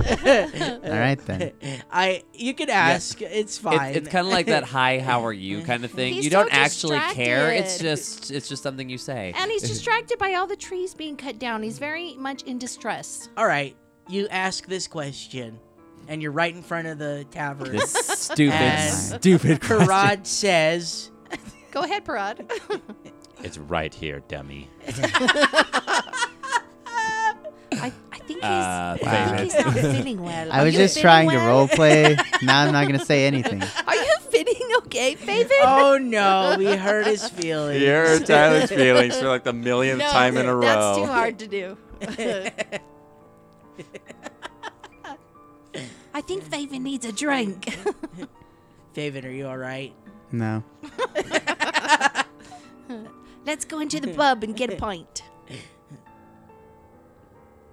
All right then.
I you could ask. It's fine.
It, it's kind of like that "Hi, how are you" kind of thing.
He's
you don't
so
actually care. It's
distracted.
just it's just something you say.
And he's distracted by all the trees being cut down. He's very much in distress.
All right, you ask this question, and you're right in front of the tavern.
this stupid,
And-
stupid question.
Karad says,
Go ahead, Parad.
It's right here, dummy.
I, I think he's,
Uh,
I think
Faven.
he's not feeling well.
I
Are
was
you
just
feeling
trying to
well?
roleplay. Now I'm not gonna say anything.
Are you feeling okay, Faven?
"Oh no, we hurt his feelings."
Here, Tyler's feelings for like the millionth
No,
time in a
That's
row.
too hard to do.
I think Faven needs a drink.
Faven, are you all right?
No.
Let's go into the pub and get a pint.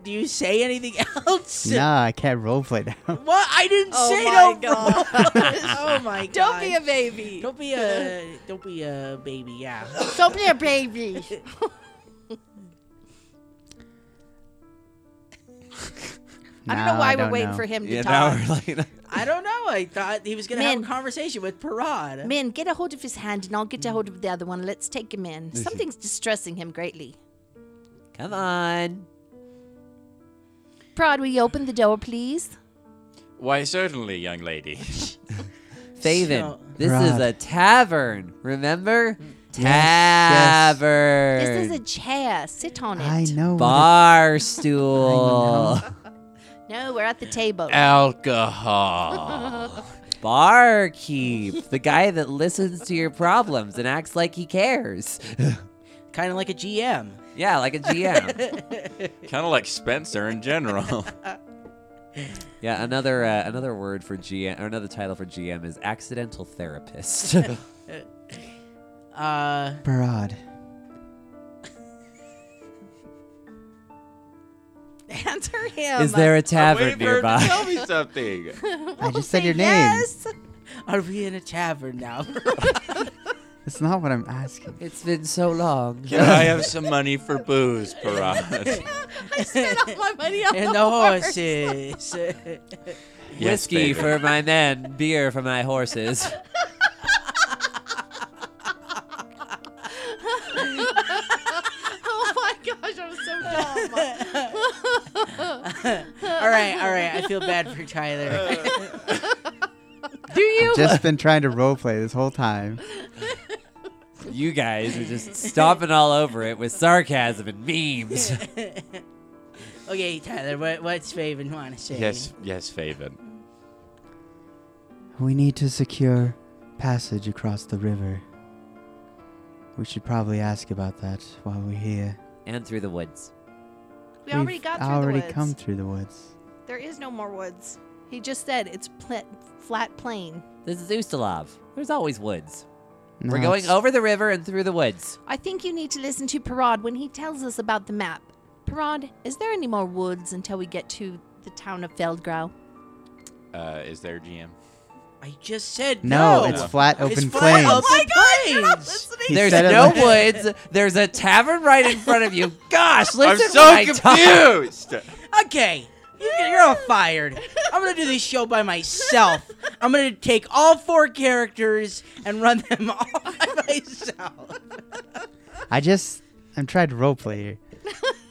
Do you say anything else?
Nah, I can't roleplay now.
What? I didn't
Oh
say
my
no.
God.
oh my god.
Don't be a baby.
Don't be a don't be a baby, yeah.
Don't be a baby.
I don't know
No,
why
I
we're
don't
waiting
know.
for him to
You
talk.
know, we're like,
I don't know. I thought he was gonna have a
Men.
conversation with Parad.
Man, get a hold of his hand and I'll get a hold of the other one. Let's take him in. Something's distressing him greatly.
come on.
Prod, will you open the door, please?
Why, certainly, young lady.
Faven,
So-
this is
Rod.
a tavern. Remember?
yes.
Tavern.
This is a chair. Sit on it.
I know. what
bar stool.
No, we're at the table.
Alcohol.
Barkeep. The guy that listens to your problems and acts like he cares.
Kinda like a GM.
yeah, like a GM.
kind of like Spencer in general.
yeah, another uh, another word for GM or another title for GM is accidental therapist.
Oh
Uh
it- Parad.
Answer him.
is there a
I'm
tavern
waiting for her to tell
nearby?
me something.
I just said your name.
are we in a tavern now?
It's not what I'm asking.
It's been so long.
Can I have some money for booze, Parad?
I spent all my money
Oh,
on
and
the
the
horse.
horses.
Yes,
Whiskey
baby.
for my men, beer for my horses.
feel bad for Tyler.
Do you?
Just been trying to roleplay this whole time.
You guys are just stomping all over it with sarcasm and memes.
okay, Tyler, what, what's Faven want to say?
Yes, yes, Faven.
We need to secure passage across the river. We should probably ask about that while we're here.
and through the woods.
We already got through
already
the woods.
come through the woods.
There is no more woods. He just said it's pl- flat plain.
This is Ustalav. There's always woods. We're
No,
going
it's-
over the river and through the woods.
I think you need to listen to Parad when he tells us about the map.
Parad, is there any more woods until we get to the town of Feldgrau?
Uh, is there GM?
I just said
No,
no.
it's flat open
It's flat
plains.
Oh
open plains.
He
There's
said it
no
like-
woods. There's a tavern right in front of you. Gosh,
I'm
listen when I
so
talk.
confused.
Okay, you, you're all fired. I'm gonna do this show by myself. I'm gonna take all four characters and run them all by myself.
I just I'm trying to roleplay here.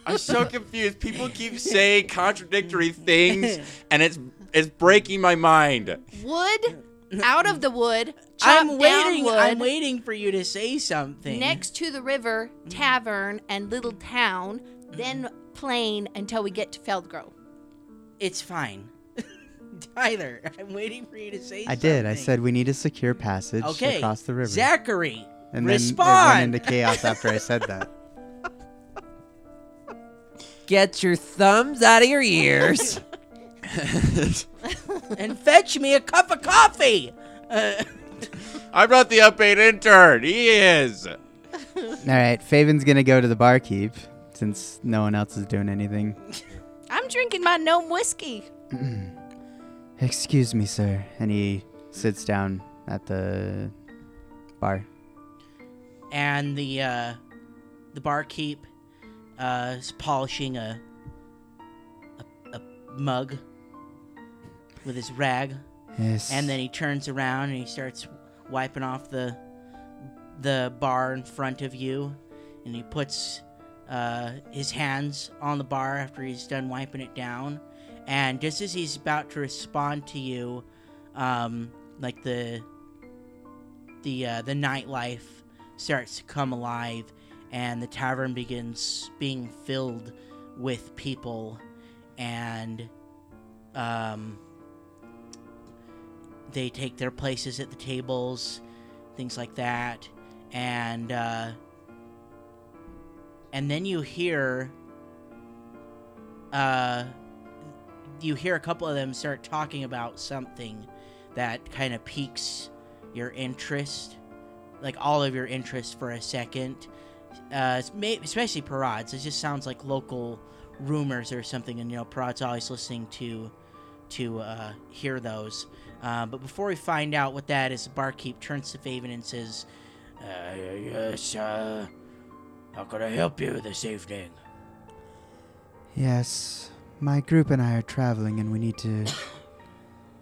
I'm so confused. People keep saying contradictory things, and it's it's breaking my mind.
Wood, out of the wood, chop
Mm-hmm. I'm
down
waiting.
wood,
I'm waiting for you to say something.
next to the river,
Mm-hmm.
tavern, and little town, then plain until we get to Feldgrau.
it's fine. Tyler, I'm waiting for you to say.
I did. I
something.
said we need to secure passage
okay
across the river.
Zachary,
and then it
respond.
went into chaos after I said that.
Get your thumbs out of your ears.
and fetch me a cup of coffee. Uh,
I brought the update intern. He is.
All right, Faven's gonna go to the barkeep since no one else is doing anything.
I'm drinking my gnome whiskey.
Excuse me, sir. And he sits down at the bar.
and the uh, the barkeep uh, is polishing a, a a mug with his rag,
Yes.
and then he turns around and he starts wiping off the the bar in front of you, and he puts uh, his hands on the bar after he's done wiping it down, and just as he's about to respond to you, um, like the the uh, the nightlife starts to come alive, and the tavern begins being filled with people, and um, they take their places at the tables, things like that, and uh, and then you hear uh, you hear a couple of them start talking about something that kind of piques your interest, like all of your interest for a second. Uh, it's ma- especially Parad's. It just sounds like local rumors or something, and you know Parad's always listening to to uh, hear those. Uh, but before we find out what that is, the barkeep turns to Faven and says, uh, "Yes, uh, how can I help you this evening?"
Yes, my group and I are traveling, and we need to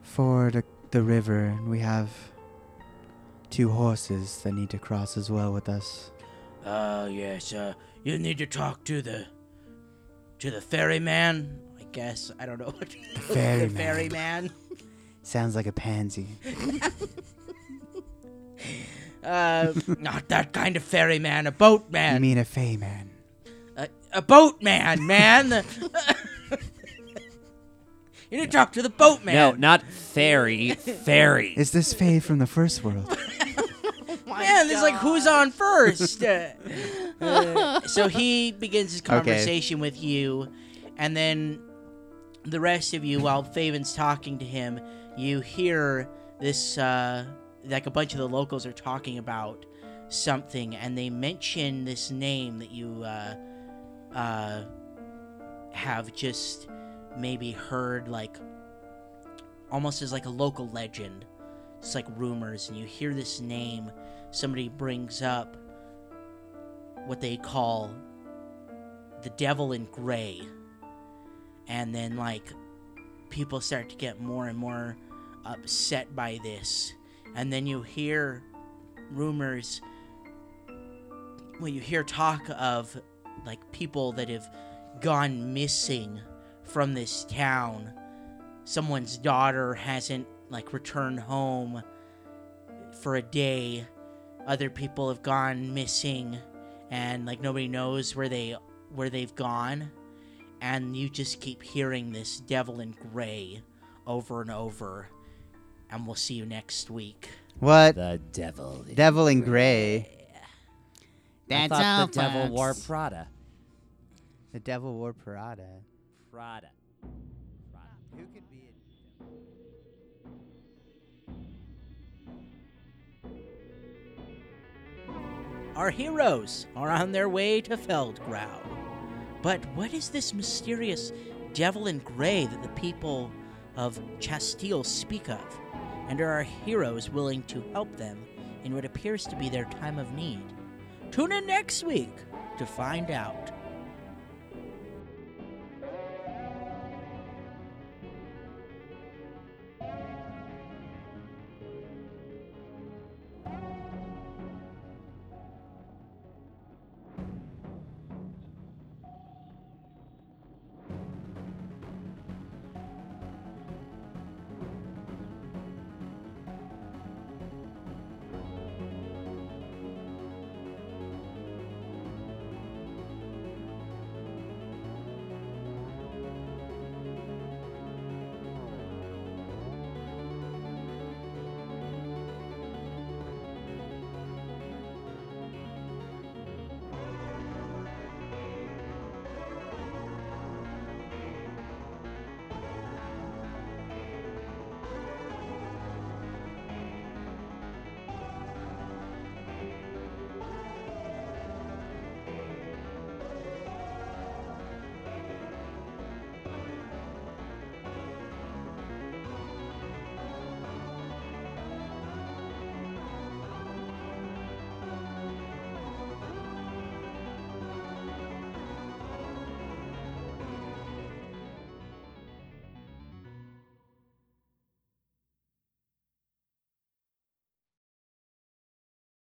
ford a, the river. And we have two horses that need to cross as well with us.
Uh, yes, uh, you need to talk to the, to the ferryman, I guess. I don't know what
ferryman.
the ferryman.
Sounds like a pansy.
Uh, not that kind of ferryman, a
I
boatman.
mean a fey man.
a, a boatman, man. you need to talk to the boatman.
No, not fairy. Fairy.
Is this fey from the first world?
Man, there's like who's on first. Uh, uh, so he begins his conversation with you, and then the rest of you, while Faven's talking to him, you hear this uh, like a bunch of the locals are talking about something, and they mention this name that you uh, uh, have just maybe heard, like almost as like a local legend. It's like rumors, and you hear this name somebody brings up what they call the devil in gray. And then, like, people start to get more and more upset by this. And then you hear rumors. Well, you hear talk of, like, people that have gone missing from this town someone's daughter hasn't like returned home for a day other people have gone missing and like nobody knows where they where they've gone and you just keep hearing this devil in gray over and over and we'll see you next week
What?
The devil.
Devil in gray.
That's
I
all,
thought the devil wore
folks.
Prada.
The devil wore Prada.
Prada. Prada.
Who could be a
Our heroes are on their way to Feldgrau. But what is this mysterious devil in gray that the people of Chastille speak of? And are our heroes willing to help them in what appears to be their time of need? Tune in next week to find out.